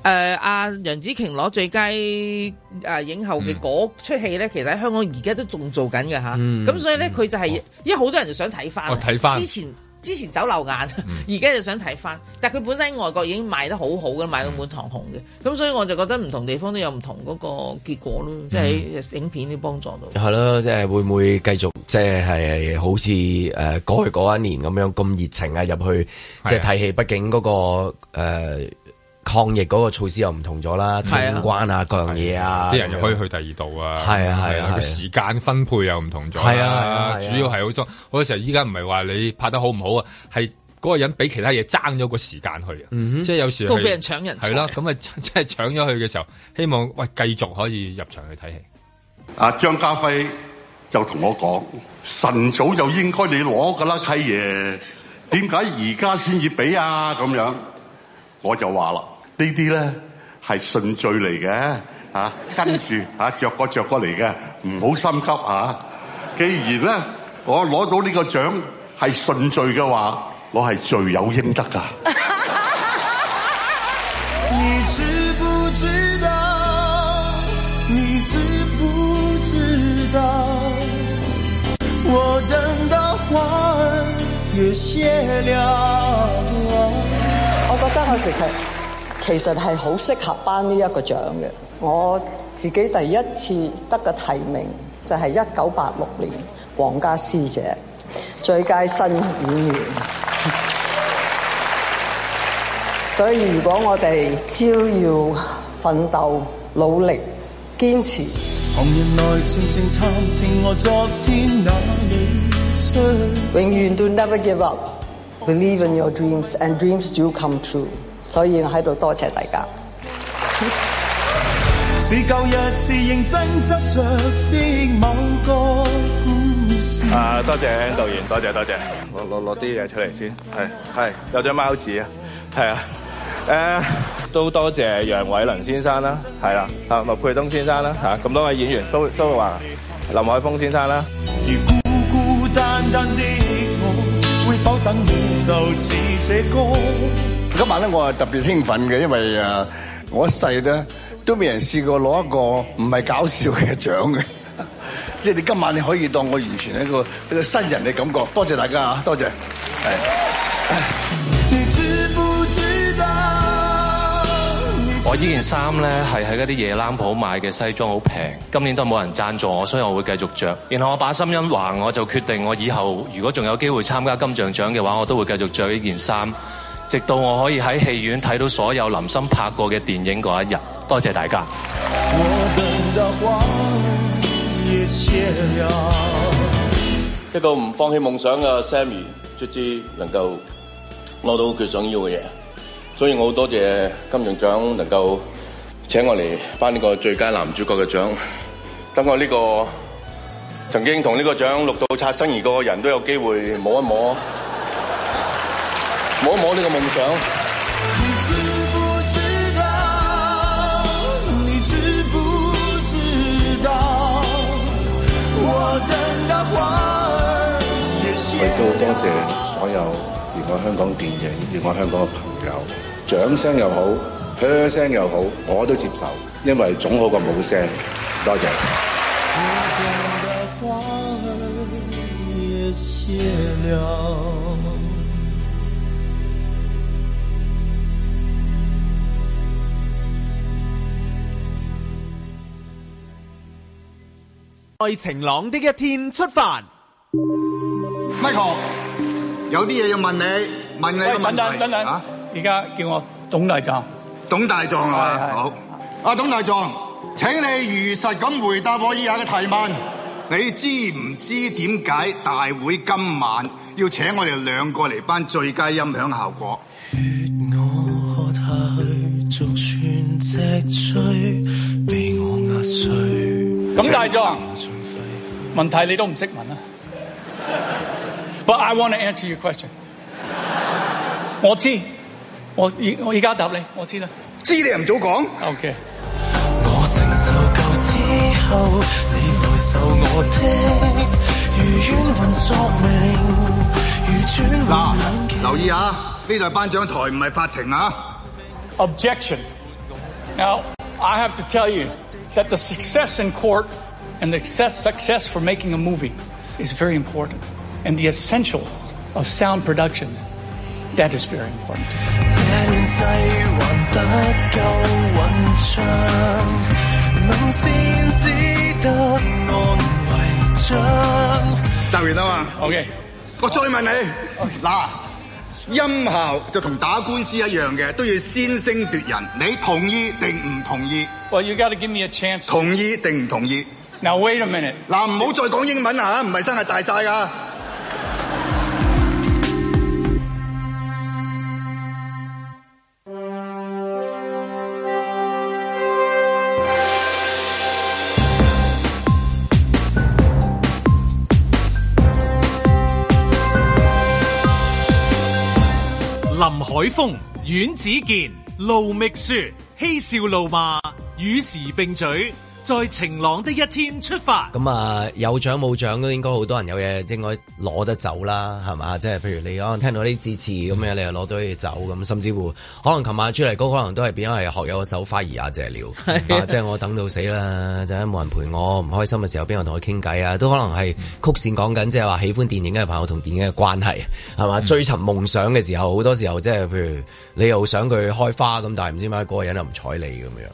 E: 誒阿楊紫瓊攞最佳誒、呃影后嘅嗰出戲咧，其實喺香港而家都仲做緊嘅嚇，咁、
D: 嗯
E: 所以咧佢就係、因為好多人就想睇翻，
D: 哦睇返嗯
E: 之前。之前走漏眼， 而家、就想睇翻，但佢本身喺外國已經賣得好好嘅，賣到滿堂紅嘅，咁所以我就覺得唔同地方都有唔同嗰個結果咯，即係
D: 嗯
E: 喺影片都幫助到。
B: 係咯，即係會唔會繼續即係好似誒、呃、過去嗰一年咁樣咁熱情啊入去即係睇戲？畢竟嗰、個、呃、抗疫嗰個措施又唔同咗啦，通
D: 係啊
B: 關啊各樣嘢啊，
D: 啲人又可以去第二度啊，
B: 係啊係啊係啊
D: 個時間分配又唔同咗
B: 係啊係啊
D: 啦，
B: 係啊
D: 主要係好多好多時候依家唔係話你拍得好唔好啊，係嗰個人俾其他嘢爭咗個時間去啊，
B: 嗯
D: 即係有時
E: 都
D: 係
E: 俾人搶人才
D: 係啦，咁啊 即係搶咗去嘅時候，希望喂繼續可以入場去睇戲。
K: 啊，張家輝就同我講：晨早就應該你攞噶啦，契爺，點解而家先至俾啊？咁樣我就話啦，呢啲咧係順序嚟嘅，啊，跟住啊着過着過嚟嘅，唔好心急啊。既然咧我攞到呢個獎係順序嘅話，我係罪有應得㗎。
I: 你知不知道？你知不知道？我等到花儿也谢了。
L: 我覺得我其實其實係好適合頒呢一個獎嘅。我自己第一次得個提名就係一九八六年皇家師姐最佳新演員。 所以如果我哋只要奮鬥、努力、堅持，
I: 旁人來靜靜探聽我昨天哪裏出。
L: 永遠 do never give up。Believe in your dreams and dreams do come true。所以我喺度多謝大家。
I: 是舊日是認真執着的某個故事。
M: 啊，多謝導演，多謝多謝，攞攞攞啲嘢出嚟先，係係有張貓紙啊，係啊，誒、都多謝楊偉倫先生啦，係啦，啊陸佩東先生啦，嚇、啊咁多位演員蘇蘇玉華、林海峰先生啦，
I: 孤單單的我，會否等你就似這歌？
N: 今晚咧，我係特別興奮嘅，因 為誒、呃我一世咧都未人試過攞一個唔係搞笑嘅獎嘅，即係你今晚你可以當我完全係一個一個新人嘅感覺。多謝大家啊，多謝。
I: 你知不知道？
O: 我依件衫咧係喺嗰啲夜冷鋪買嘅西裝，好平。今年都冇人贊助我，所以我會繼續着。然後我把心一橫，我就決定我以後如果仲有機會參加金像獎嘅話，我都會繼續着呢件衫，直到我可以喺戲院睇到所有林森拍過嘅電影嗰一日。多謝大家。
I: 我等到花也謝了。
P: 一個唔放棄夢想嘅 Sammy，卒之能夠攞到佢想要嘅嘢，所以我好多謝金像獎能夠請我嚟頒呢個最佳男主角嘅獎，等我呢個曾經同呢個獎錄到擦身而過嘅人都有機會摸一摸，摸一摸呢個夢想。
I: 你知不知道？
Q: 謝所有熱愛香港電影、熱愛香港嘅朋友，掌聲又好，噓聲又好，我都接受，因為總好過冇聲。多謝。
I: 也谢了。
F: 在晴朗的一天出發。
R: Michael，有啲嘢要問你，問你個問題。等等，而家叫我董大壯。董大壯係嘛？好。啊，董大壯，請你如實咁回答我以下嘅提問。你知唔知點解大會今晚要請我哋兩個嚟頒最佳音響效果？
I: 喝下去，逐寸脊椎被我壓碎。
S: 咁大狀，問題你都唔識問啊！But I want to answer your question 我。知，我而我而家答你，我知啦。
R: 知你唔早講。
S: OK。
I: 我承受夠之後，你來受我的如冤魂索命，如轉
R: 嗱，留意啊，呢度係頒獎台，唔係法庭啊。
S: Objection. Now, I have to tell you that the success in court and the success, success for making a movie is very important. And the essential of sound production, that is very important.
I: 這亂世還不夠混帳，能先知得安慰獎。
R: 答完啦嘛。
S: OK，
R: 我再問你，嗱，音效就同打官司一樣嘅，都要先聲奪人。你同意定唔同意？
S: Well, you got to give me a chance.
R: 同意定唔同意
S: ？Now wait a minute。
R: 嗱，唔好再講英文啊，唔係真係大晒噶。
A: 林海峰、阮子健、盧覓雪，嬉笑怒罵，與時並舉，在晴朗的一天出發。
B: 咁啊，有獎冇獎都應該好多人有嘢應該攞得走啦，係嘛？即係譬如你可能聽到啲支持咁
D: 嗯
B: 樣，你又攞到嘢走咁，甚至乎可能琴晚朱麗高可能都係變咗係學友嘅手花兒也謝了， 啊即係我等到死啦，就係冇人陪我，唔開心嘅時候邊個同我傾偈啊？都可能係曲線講緊，即係話喜歡電影嘅朋友同電影嘅關係係
E: 嗯
B: 嘛？追尋夢想嘅時候，好多時候即係譬如你又想佢開花咁，但係唔知點解嗰個人又唔睬你咁樣。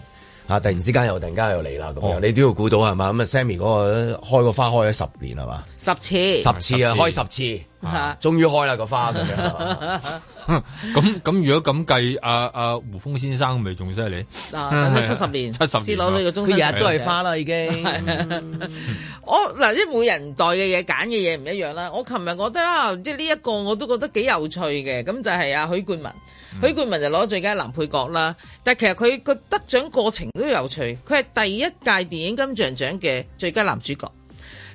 B: 啊！突然之間又突然間又嚟啦，咁樣、
E: 哦
B: 你都要估到係嘛？咁啊，Sammy 嗰、個開個花開咗十年係嘛？
E: 十次，
B: 十次啊，開十次，
E: 嚇
B: 終於開啦個花咁樣係嘛。
D: 咁咁如果咁計，阿阿胡風先生咪仲犀利？
E: 嗱，啊等咗七十年，
D: 啊七十
E: 先
D: 年啊
E: 攞到個終身。
B: 佢日日都係花啦已經
E: 啊
D: 嗯
E: 我嗱，即係每人代嘅嘢揀嘅嘢唔一樣啦。我琴日覺得啊，即係呢一個我都覺得幾有趣嘅，咁就係啊阿許冠文。
D: 嗯
E: 許冠文就攞最佳男配角啦，但係其實佢個得獎過程都有趣。佢係第一屆電影金像獎嘅最佳男主角，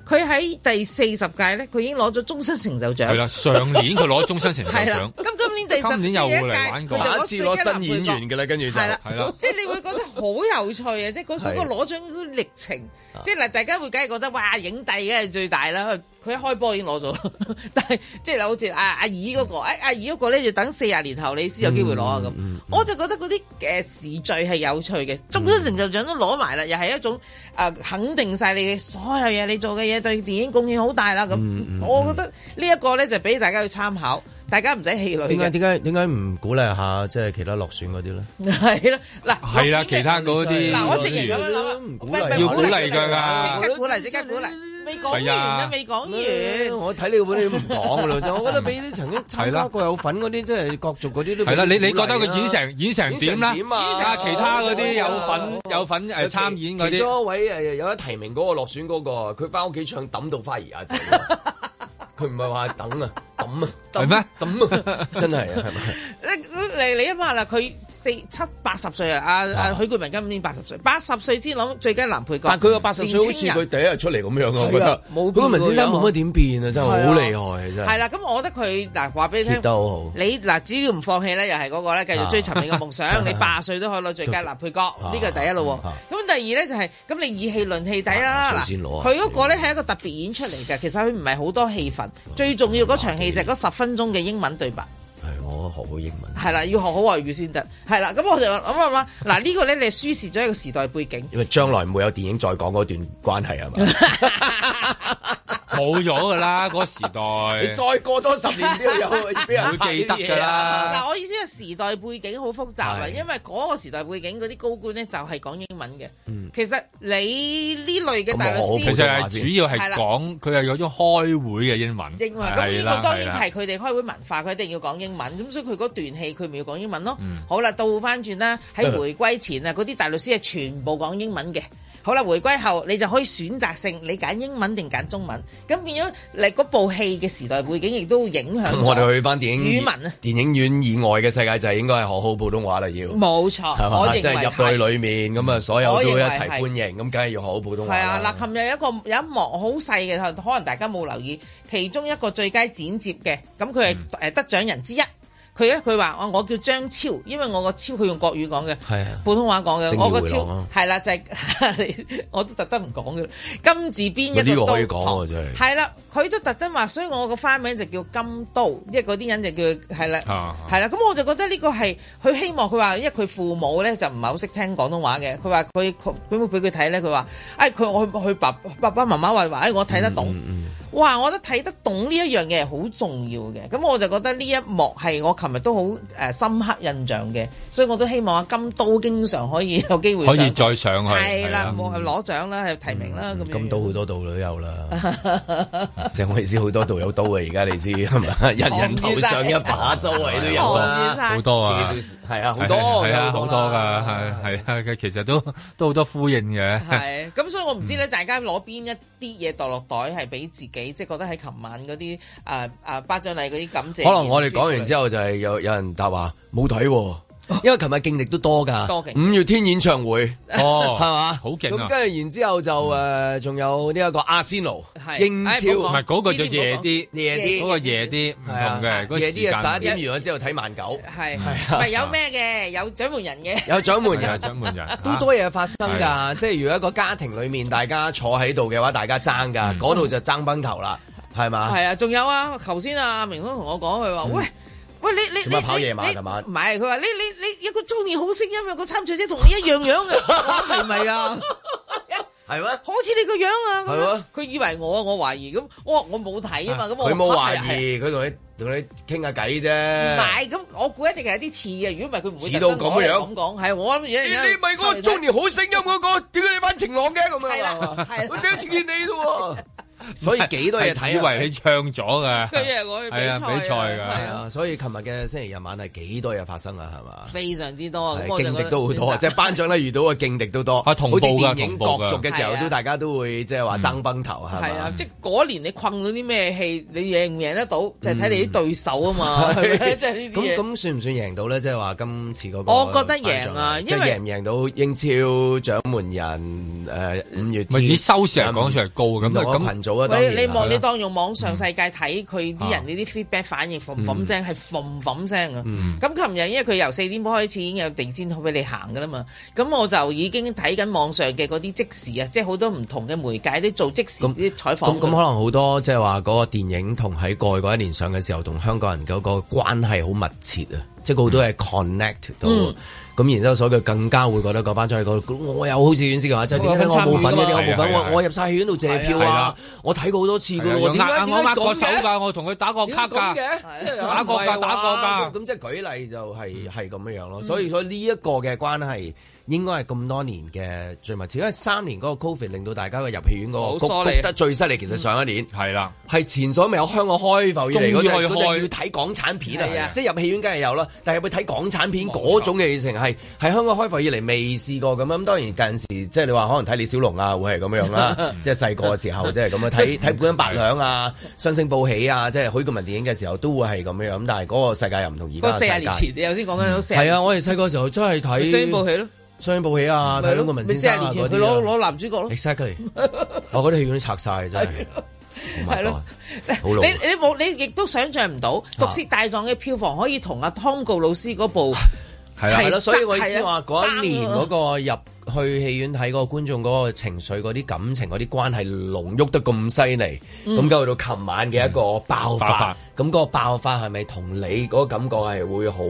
E: 佢喺第四十屆呢，佢已經攞咗終身成就獎。
D: 係啦，上年佢攞終身成 就
E: 係啦
D: 獎，，
E: 咁今年第十
D: 今年又會嚟玩過，
E: 佢就最佳男配角
D: 嘅啦，跟住就
E: 係啦
D: 係啦，
E: 即係你會覺得好有趣啊！即係嗰嗰個
D: 係啊
E: 攞獎嗰個歷程，即係嗱，大家會梗係覺得哇，影帝梗係最大啦！佢一開波已經攞咗， 但係即係好似阿阿姨嗰個，
D: 嗯
E: 哎阿姨嗰個咧要等四十年後你先有機會攞
B: 嗯
E: 啊咁。我就覺得嗰啲誒時序係有趣
D: 嗯
E: 嘅，終身成就獎都攞埋啦，又係一種誒肯定晒你嘅所有嘢，你做嘅嘢對電影貢獻好
B: 嗯
E: 大啦咁。
D: 嗯
E: 我覺得呢一個咧就俾大家去參考，大家唔使氣餒
B: 點解
E: 嘅。
B: 點解點解唔鼓勵下即係其他落選嗰啲咧？
E: 係啦，嗱，
D: 係啦，其他嗰啲
E: 嗱，我直情咁樣諗啊，唔
B: 鼓勵
D: 要鼓勵㗎
E: 即刻鼓勵，即刻鼓勵，未講完
B: 係
E: 啊
B: 啊，
E: 未講完。
B: 我睇你個本你都唔講㗎啦，就我覺得俾啲曾經參加過有份嗰啲，即係各族嗰啲都啊
D: 係啦，你你覺得佢演成演成點啦？啊，其他嗰啲有份有份誒參演嗰
B: 哦其
D: 啲。
B: 中一位誒有得提名嗰個落選嗰個，佢翻屋企唱抌到花兒啊！仔佢唔係話等啊，抌啊，
D: 係咩？
B: 抌啊，真係啊，係咪？
E: 誒你你諗下啦，佢四七八十歲啊，阿阿許冠文今年八十歲，八十歲先攞最佳男配角。
B: 但佢個八十歲好
E: 年
B: 似
E: 青人
B: 佢第一日出嚟咁樣啊，我覺
E: 係
B: 得
E: 啊。冇
B: 嗰個文先生
E: 變過
B: 冇乜點變啊，真係
E: 係啊
B: 好厲害，真
E: 係
B: 係。
E: 啦，咁我覺得佢嗱話俾你
B: 貼
E: 聽，
B: 得好好
E: 你嗱只要唔放棄咧，又係嗰個咧，繼續追尋你嘅夢
B: 啊
E: 想，你八十歲都可以攞最佳男配角，呢個係第一咯
B: 啊
E: 喎。咁第二咧就係咁你以戲論戲底啦，
B: 首
E: 嗱
B: 先攞啊
E: 佢嗰個咧係一個特別演出嚟嘅，其實佢唔係好多戲份，
B: 啊
E: 最重要嗰場戲就係嗰十分鐘嘅英文對白。
B: 係我學好英文，
E: 係啦，要學好外語先得。係啦，咁我就諗諗諗，嗱呢個咧你係輸蝕咗一個時代背景。
B: 因為將來唔會有電影再講嗰段關係係嘛？
D: 冇咗噶啦，啊嗰個時代。
B: 你再過多 十年都要有俾人
D: 會記得㗎啦
E: 嗱，我意思係時代背景好複雜啊，
D: 係
E: 因為嗰個時代背景嗰啲高官咧就係講英文嘅。其實你呢類嘅大律師，
D: 其實係主要係
E: 啦
D: 講佢係有種開會嘅英文，
E: 英文咁呢個當然係佢哋開會文化，佢一定要講英文，咁所以佢嗰段戲佢咪要講英文咯。好啦，倒翻轉啦，喺回歸前啊，嗰啲大律師係全部講英文嘅。好啦，回歸後你就可以選擇性，你揀英文定揀中文，咁變咗你嗰部戲嘅時代背景亦都影響
B: 咁
E: 咗
B: 我哋去翻電影
E: 語文啊，
B: 電影院以外嘅世界就係應該係學好普通話啦，要
E: 冇錯
B: 係，
E: 我
B: 嘛？即係
E: 認為
B: 入到去
E: 係
B: 裏面咁啊，所有都一
E: 我認為
B: 齊
E: 係
B: 歡迎，咁梗係要學好普通話
E: 係啊，
B: 啦。
E: 嗱，琴日有一個有一幕好細嘅，可能大家冇留意，其中一個最佳剪接嘅，咁佢係
B: 嗯
E: 誒得獎人之一。佢咧佢話：我哦我叫張超，因為我個超佢用國語講嘅，
B: 係啊
E: 普通話講
B: 正
E: 嘅，
B: 義
E: 我個
B: 迴
E: 超
B: 廊啊
E: 係啦，就係 你我都特登唔講嘅。金字邊
B: 喂呢
E: 一
B: 個
E: 個
B: 可以
E: 刀
B: 講喎，真係。
E: 係啦，佢都特登話，所以我個花名就叫金刀，因為嗰啲人就叫係啦，
B: 啊
E: 係啦。咁我就覺得呢個係佢希望佢話，因為佢父母咧就唔係好識聽廣東話嘅，佢話佢佢俾冇俾佢睇咧，佢話，哎佢我佢爸爸爸媽媽話話，哎我睇得
D: 嗯
E: 懂，哇！我覺得睇得懂呢一樣嘢係好重要嘅。咁我就覺得呢一幕係我琴日都好誒、呃深刻印象嘅，所以我都希望阿金刀經常可以有機會
D: 可
E: 上
D: 以再上去。啊嗯
E: 係啦，冇
B: 啊
E: 攞獎啦，係提名啦咁樣。
B: 咁都好多道女有 啦，即係我意思好多道友刀啊！而家你知係咪？ 人人頭上一把，周圍都有啊啦，
D: 好多啊
B: 自己小係啊，好多㗎
D: 係啊，好
B: 好
D: 多㗎，係係啊，佢其實都都好多呼應嘅。
E: 係，咁所以我唔知
B: 嗯
E: 咧，大家攞邊一啲嘢袋落袋係俾自己，即係覺得喺琴晚嗰啲誒誒頒獎禮嗰啲感謝。
B: 可能我哋講完之後就係有有人答話冇睇喎。因為琴日勁力都哦多㗎，
E: 多勁
B: 五月天演唱 會，
D: 哦
B: 係嘛，
D: 好勁啊
B: 咁跟住然之後就誒，仲有呢一個阿仙奴，
D: 係
B: 英超，
D: 唉唔好講唔係嗰個就夜啲
B: 夜啲，
D: 嗰個夜啲唔同嘅嗰個
B: 啊夜
D: 時間
B: 啲啊十一點完咗之後睇萬 九，
E: 係
B: 係
E: 唔
B: 啊
E: 係有咩嘅？有獎門人嘅，
B: 有獎門
D: 係啊
B: 人，
D: 獎門人
B: 好多嘢發生
E: 啊
B: 㗎，即係如果一啊個家庭裏面大家坐喺度嘅話，大家爭㗎，嗰度就爭崩頭啦，係嘛？
E: 嗯係啊，仲有啊，頭先啊，明東同我講，佢話喂。喂，你你
B: 嗯做乜跑夜晚啊
E: 你
B: 琴晚
E: 唔係，佢話你你你一個中年好聲音，有個參賽者同你一樣樣嘅，我話係咪啊？
B: 係咩？
E: 好似你個樣啊！咁
B: 係
E: 樣
B: 咩
E: 佢以為我啊，我懷疑咁，我話我冇睇啊嘛，咁我
B: 佢冇
E: 話
B: 懷疑，佢同你同你傾下偈啫。
E: 唔係，咁我估一定係有啲似嘅。如果唔係，佢唔會
B: 似到
E: 特登攞嚟
B: 咁樣
E: 咁講。係我諗而家
B: 你咪嗰個中年好聲音嗰個，點解你班情郎嘅咁樣啊？
E: 係啦
B: 我第一次見你 啫喎，所以幾多嘢睇啊
D: 係以為你唱咗㗎，
E: 佢以為我去比賽
D: 係
E: 啊
D: 啊比賽
E: 係
D: 㗎，
B: 係啊，所以琴日嘅星期日晚係幾多嘢發生啊，係嘛？
E: 非常之多啊！咁
B: 係
E: 我就
B: 勁
E: 覺
B: 敵
E: 得
B: 都好多啊，
E: 選擇
B: 即係頒獎咧遇到嘅勁敵都多，
D: 啊同
B: 好
D: 步
B: 似
D: 㗎
B: 電影角
D: 同步㗎嗯
B: 逐嘅時候
E: 係
B: 都
E: 啊
B: 大家都會即係話爭崩頭係
E: 係啊
B: 嘛，？
E: 即係嗰年你困到啲咩戲，你贏唔贏得到，就係睇你
B: 嗯
E: 啲對手 啊嘛，係咪即係呢啲
B: 咁
E: 嘢。
B: 咁算唔算贏到咧？即係話今次嗰個，
E: 我覺得贏啊
B: 即係
E: 因為
B: 贏唔贏到英超獎門人誒五月
D: 咪
B: 天
D: 以收視嚟講出嚟高咁
B: 唔同嘅
D: 咁
B: 群組啊，當然
E: 你你
B: 係嗯
E: 望
B: 啦
E: 你當用網上世界睇佢啲人呢啲 feedback 反應，嘭嘭聲係嘭嘭聲啊！
B: 嗯
E: 咁琴日因為佢由四點半開始已經有地氈可俾你行噶啦嘛，咁我就已經睇緊網上嘅嗰啲即時啊，即係好多唔同嘅媒介都做即時啲
B: 咁
E: 採訪。
B: 咁可能好多即係話嗰個電影同喺過去嗰一年上嘅時候，同香港人嗰個關係好密切啊，即係好多係 connect 到。
E: 嗯
B: 咁然之後，所以佢更加會覺得嗰班出去嗰我有好似遠視嘅話，即係點解我冇份嘅？點解我冇份？
D: 係啊係啊
B: 我我入晒戲院度借票
D: 係
B: 啊
D: 啊！
B: 我睇過好多次㗎
D: 係
B: 咯
D: 啊
B: 喎，點
D: 我
B: 解
D: 握
B: 點解咁
D: 過手
B: 嘅？
D: 㗎，我同佢打過哦卡㗎，打過㗎，打過㗎。嗯
B: 咁即係舉例就係係咁樣樣咯。所以所以呢一個嘅關係應該係咁多年嘅最密切，因為三年嗰個 Covid 令到大家嘅入戲院嗰
D: 好
B: 個谷
D: 疏離啊
B: 谷得最犀利。其實上一年
D: 係啦，
B: 係前所未有香港開埠以嚟嗰
D: 終於
B: 陣
D: 可以
B: 嗰
D: 開
B: 陣要睇港產片
D: 係
B: 啊
D: 啊，，
B: 即係入戲院梗係有啦，但係入去睇港產片嗰種嘅疫情係係香港開埠以嚟未試過咁樣。咁當然近時即係你話可能睇李小龍啊，會係咁樣 啦即係細個嘅時候即係咁樣睇睇《本白兩》啊，《雙星報喜》啊，即係許冠文電影嘅時候都會係咁樣。咁但係嗰個世界又唔同而家
E: 嗰
B: 嘅
E: 四十年
B: 世
E: 前
B: 界，
E: 你頭先講緊嗰四十
B: 係
E: 年
B: 啊，我哋細個時候真係睇
E: 前，雙部戲咯，
B: 雙影報喜啊，睇到個文先生啊
E: 咪即係
B: 嗰
E: 年前
B: 啲
E: 佢攞
B: 啊。
E: 攞男主角咯，
B: Exactly，我覺得戲院都拆晒 真係。
E: 係咯。
B: 好
E: 你
B: 老啊
E: 你冇你亦都想象唔到《毒舌大狀》嘅票房可以同阿湯告老師嗰部
B: 係啦，啊係啦，所以我意思
E: 係
B: 話
E: 啊
B: 嗰一年
E: 爭啊
B: 嗰個入去戲院睇嗰個觀眾嗰個情緒、嗰啲感情、嗰啲關係濃郁得咁犀利，
E: 嗯
B: 咁夠到琴晚嘅一個爆
D: 爆
B: 發
D: 發，
B: 咁嗰個爆發係咪同你嗰個感覺係會好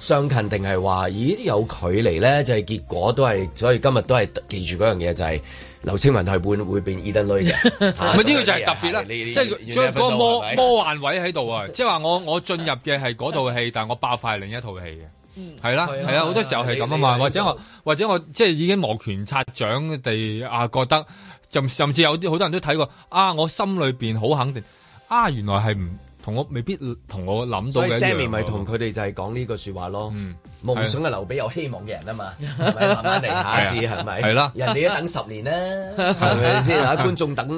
B: 相近，定係話咦有距離咧？就係結果都係，所以今日都係記住嗰樣嘢就係劉青雲係會會變 Eden 女 嘅，
D: 唔係呢個就係特別啦，
B: 你你
D: 即係將嗰個魔魔幻位喺度啊！即係話我我進入嘅係嗰套戲，但我爆發係另一套戲嘅。 係啦，係啊，好多時候係咁啊嘛，或者我或者我即係已經摩拳擦掌地啊，覺得甚甚至有啲好多人都睇過啊，我心裏邊好肯定啊，原來係唔同我未必同我諗到
B: 所以
D: 嘅一樣
B: Sammy 咪
D: 喎
B: 同佢哋就係講呢句説話咯。夢想係留俾有希望嘅人啊嘛，
D: 啊
B: 係咪慢慢嚟，下一次係咪？
D: 係啦
B: 人哋都等十年啦，係咪先啊？觀眾等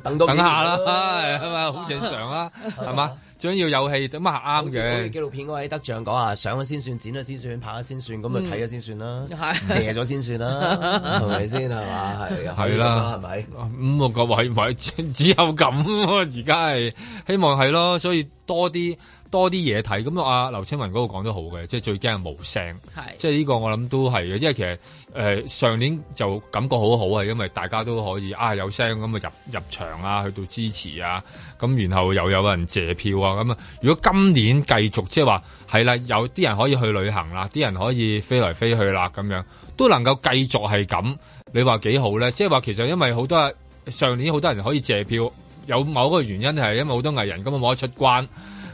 B: 等多幾年
D: 等下啦，
B: 咯
D: 係係咪好正常啊？係嘛，最緊要有戲咁啊啱
B: 好似嗰段
D: 嘅。
B: 紀錄片嗰位得獎講啊，上咗先算，剪咗先算，拍咗先算，咁啊
D: 嗯
B: 就睇咗先算啦，謝 咗先算啦，係咪先係嘛？係
D: 係啦
B: 係咪？
D: 咁我個位位 只有咁喎，而家係希望係咯，所以多啲多啲嘢睇。咁啊，劉青雲嗰個講得好嘅，即係最驚係無聲，即係呢個我諗都係嘅，因為其實誒、呃上年就感覺好好啊，因為大家都可以啊有聲咁啊入入場啊，去到支持啊，咁然後又有人借票啊，咁啊如果今年繼續即係話係啦，有啲人可以去旅行啦，啲人可以飛來飛去啦，咁樣都能夠繼續係咁，你話幾好咧？即係話其實因為好多呃上年好多人可以借票，有某一個原因係因為好多藝人根本冇得出關。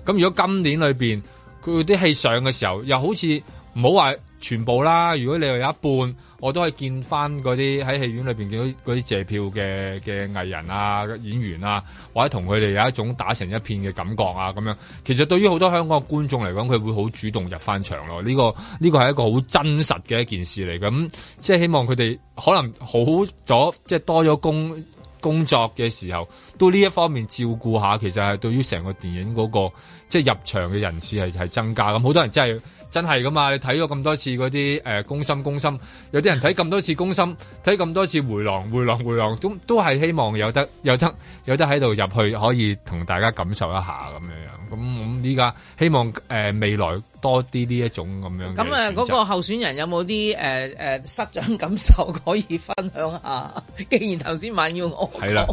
D: 咁如果今年裏邊佢啲戲上嘅時候，又好似唔好話全部啦。如果你又有一半，我都可以見翻嗰啲喺戲院裏邊見到嗰啲借票嘅嘅藝人啊、演員啊，或者同佢哋有一種打成一片嘅感覺啊咁樣。其實對於好多香港嘅觀眾嚟講，佢會好主動入翻場咯。呢個呢個係一個好真實嘅一件事嚟嘅。咁即係希望佢哋可能好咗，即係多咗工。工作嘅時候，都呢一方面照顧下，其實係對於成個電影嗰、個即係入場嘅人次係係增加咁，好多人真係真係噶嘛，你睇咗咁多次嗰啲誒攻心攻心，有啲人睇咁多次攻心，睇咁多次回廊回廊回廊，都都係希望有得有得有得喺度入去，可以同大家感受一下咁樣樣。咁咁依家希望誒、呃未來多啲呢一種咁樣嘅
E: 咁啊，
D: 選擇
E: 嗰個候選人有冇啲誒誒失長感受可以分享下？既然頭先晚要我
D: 係啦，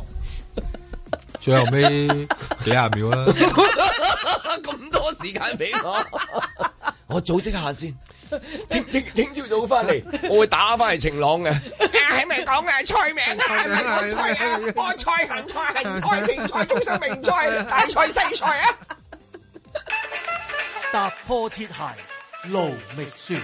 D: 最後尾 幾廿秒啦。
B: 咁多時間俾我，我組織下 先。聽聽聽朝早翻嚟，我會打翻嚟晴朗嘅。
E: À,
I: 係咪講嘅菜名啊？係咪講菜啊？菠菜、芹菜、芹菜、名菜、中式名菜、大菜、西菜啊！
A: 踏破鐵鞋路未雪。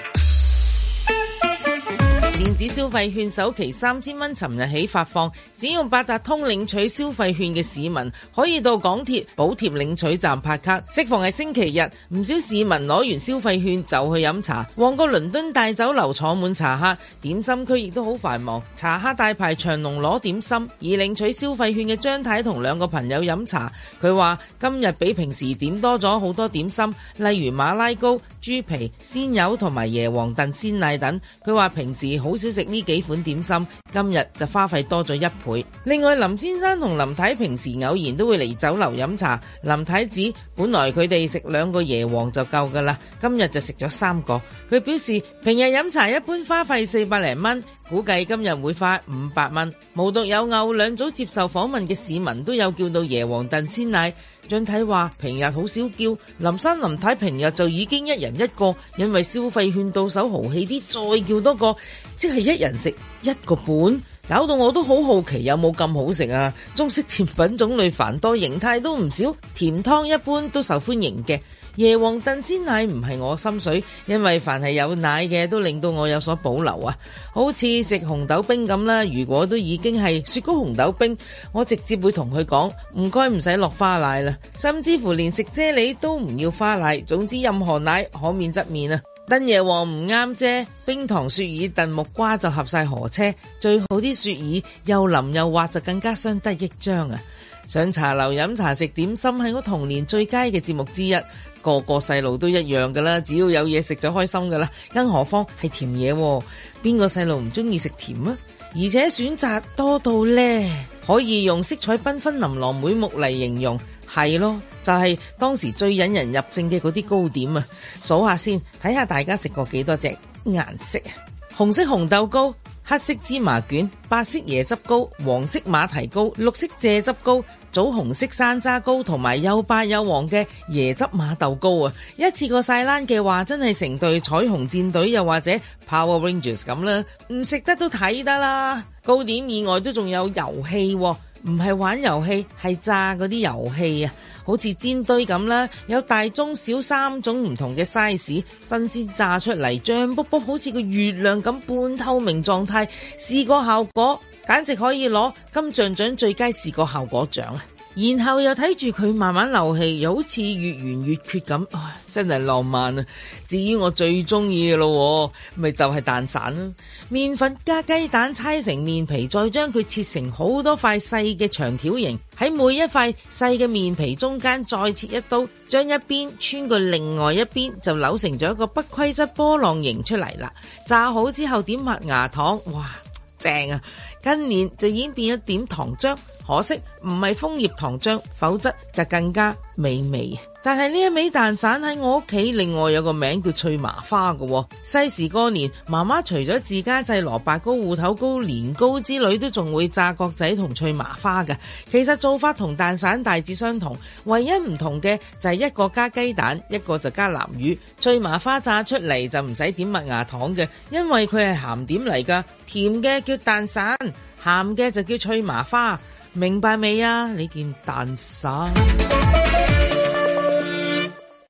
E: 電子消費券首期三千蚊，尋日起發放，只要八達通領取消費券嘅市民，可以到港鐵補貼領取站拍卡。適逢係星期日，唔少市民攞完消費券就去飲茶。旺角倫敦大酒樓坐滿茶客，點心區亦都好繁忙，茶客大排長龍攞點心。以領取消費券嘅張太同兩個朋友飲茶，佢話今日比平時點多咗好多點心，例如馬拉糕、豬皮、鮮柚同埋椰皇燉鮮奶等。佢話平時好少食呢幾款點心，今日就花費多咗一倍。另外，林先生同林太平時偶然都會嚟酒樓飲茶。林太指本來佢哋食兩個椰皇就夠㗎啦，今日就食咗三個。佢表示平日飲茶一般花費四百零蚊。估計今日會花五百蚊。無獨有偶，兩組接受訪問嘅市民都有叫到椰皇燉鮮奶。俊體話：平日好少叫，林生林太平日就已經一人一個，因為消費券到手豪氣啲，再叫多個，即係一人食一個半。搞到我都好好奇有冇咁好食啊！中式甜品種類繁多，形態都唔少，甜湯一般都受歡迎嘅。椰皇燉鮮奶唔係我心水，因為凡係有奶嘅都令到我有所保留啊。好似食紅豆冰咁啦，如果都已經係雪糕紅豆冰，我直接會同佢講唔該唔使落花奶啦，甚至乎連食啫喱都唔要花奶，總之任何奶可免則免啊。燉椰皇唔啱啫，冰糖雪耳燉木瓜就合晒河車，最好啲雪耳又腍又滑就更加相得益彰啊！上茶樓飲茶食點心係我童年最佳嘅節目之一，個個細路都一樣噶啦，只要有嘢食就開心噶啦，更何況係甜嘢喎，邊個細路唔中意食甜啊？而且選擇多到呢，可以用色彩繽紛、琳琅滿目嚟形容。係咯，就係、是、當時最引人入勝嘅嗰啲糕點啊！數下先，睇下大家食過幾多隻顏色啊！紅色紅豆糕、黑色芝麻卷、白色椰汁糕、黃色馬蹄糕、綠色蔗汁糕、棗紅色山楂糕同埋又白又黃嘅椰汁馬豆糕啊！一次過晒冷嘅話，真係成隊彩虹戰隊又或者 Power Rangers 咁啦，唔食得都睇得啦！糕點以外都仲有遊戲喎、啊。唔係玩遊戲，係炸嗰啲遊戲啊！好似煎堆咁啦，有大、中、小三種唔同嘅 size，新鮮炸出嚟，脹卜卜，好似個月亮咁半透明狀態。試過效果，簡直可以攞金像獎最佳視覺效果獎啊！然後又睇住佢慢慢流氣，又好似越圓越缺咁，唉，真係浪漫啊！至於我最中意嘅咯，咪就係蛋散啦。麵粉加雞蛋搓成麵皮，再將佢切成好多塊細嘅長條形，喺每一塊細嘅麵皮中間再切一刀，將一邊穿過另外一邊，就扭成咗一個不規則波浪形出嚟啦。炸好之後點麥芽糖，哇，正啊！近年就已經變咗點糖漿，可惜唔係楓葉糖漿，否則就更加美味。但係呢一味蛋散喺我屋企，另外有個名叫脆麻花嘅喎。細時過年，媽媽除咗自家製蘿蔔糕、芋頭糕、年糕之類，都仲會炸角仔同脆麻花嘅。其實做法同蛋散大致相同，唯一唔同嘅就係一個加雞蛋，一個就加南乳。脆麻花炸出嚟就唔使點麥芽糖嘅，因為佢係鹹點嚟㗎，甜嘅叫蛋散，鹹嘅就叫脆麻花。明白未啊？你件蛋散。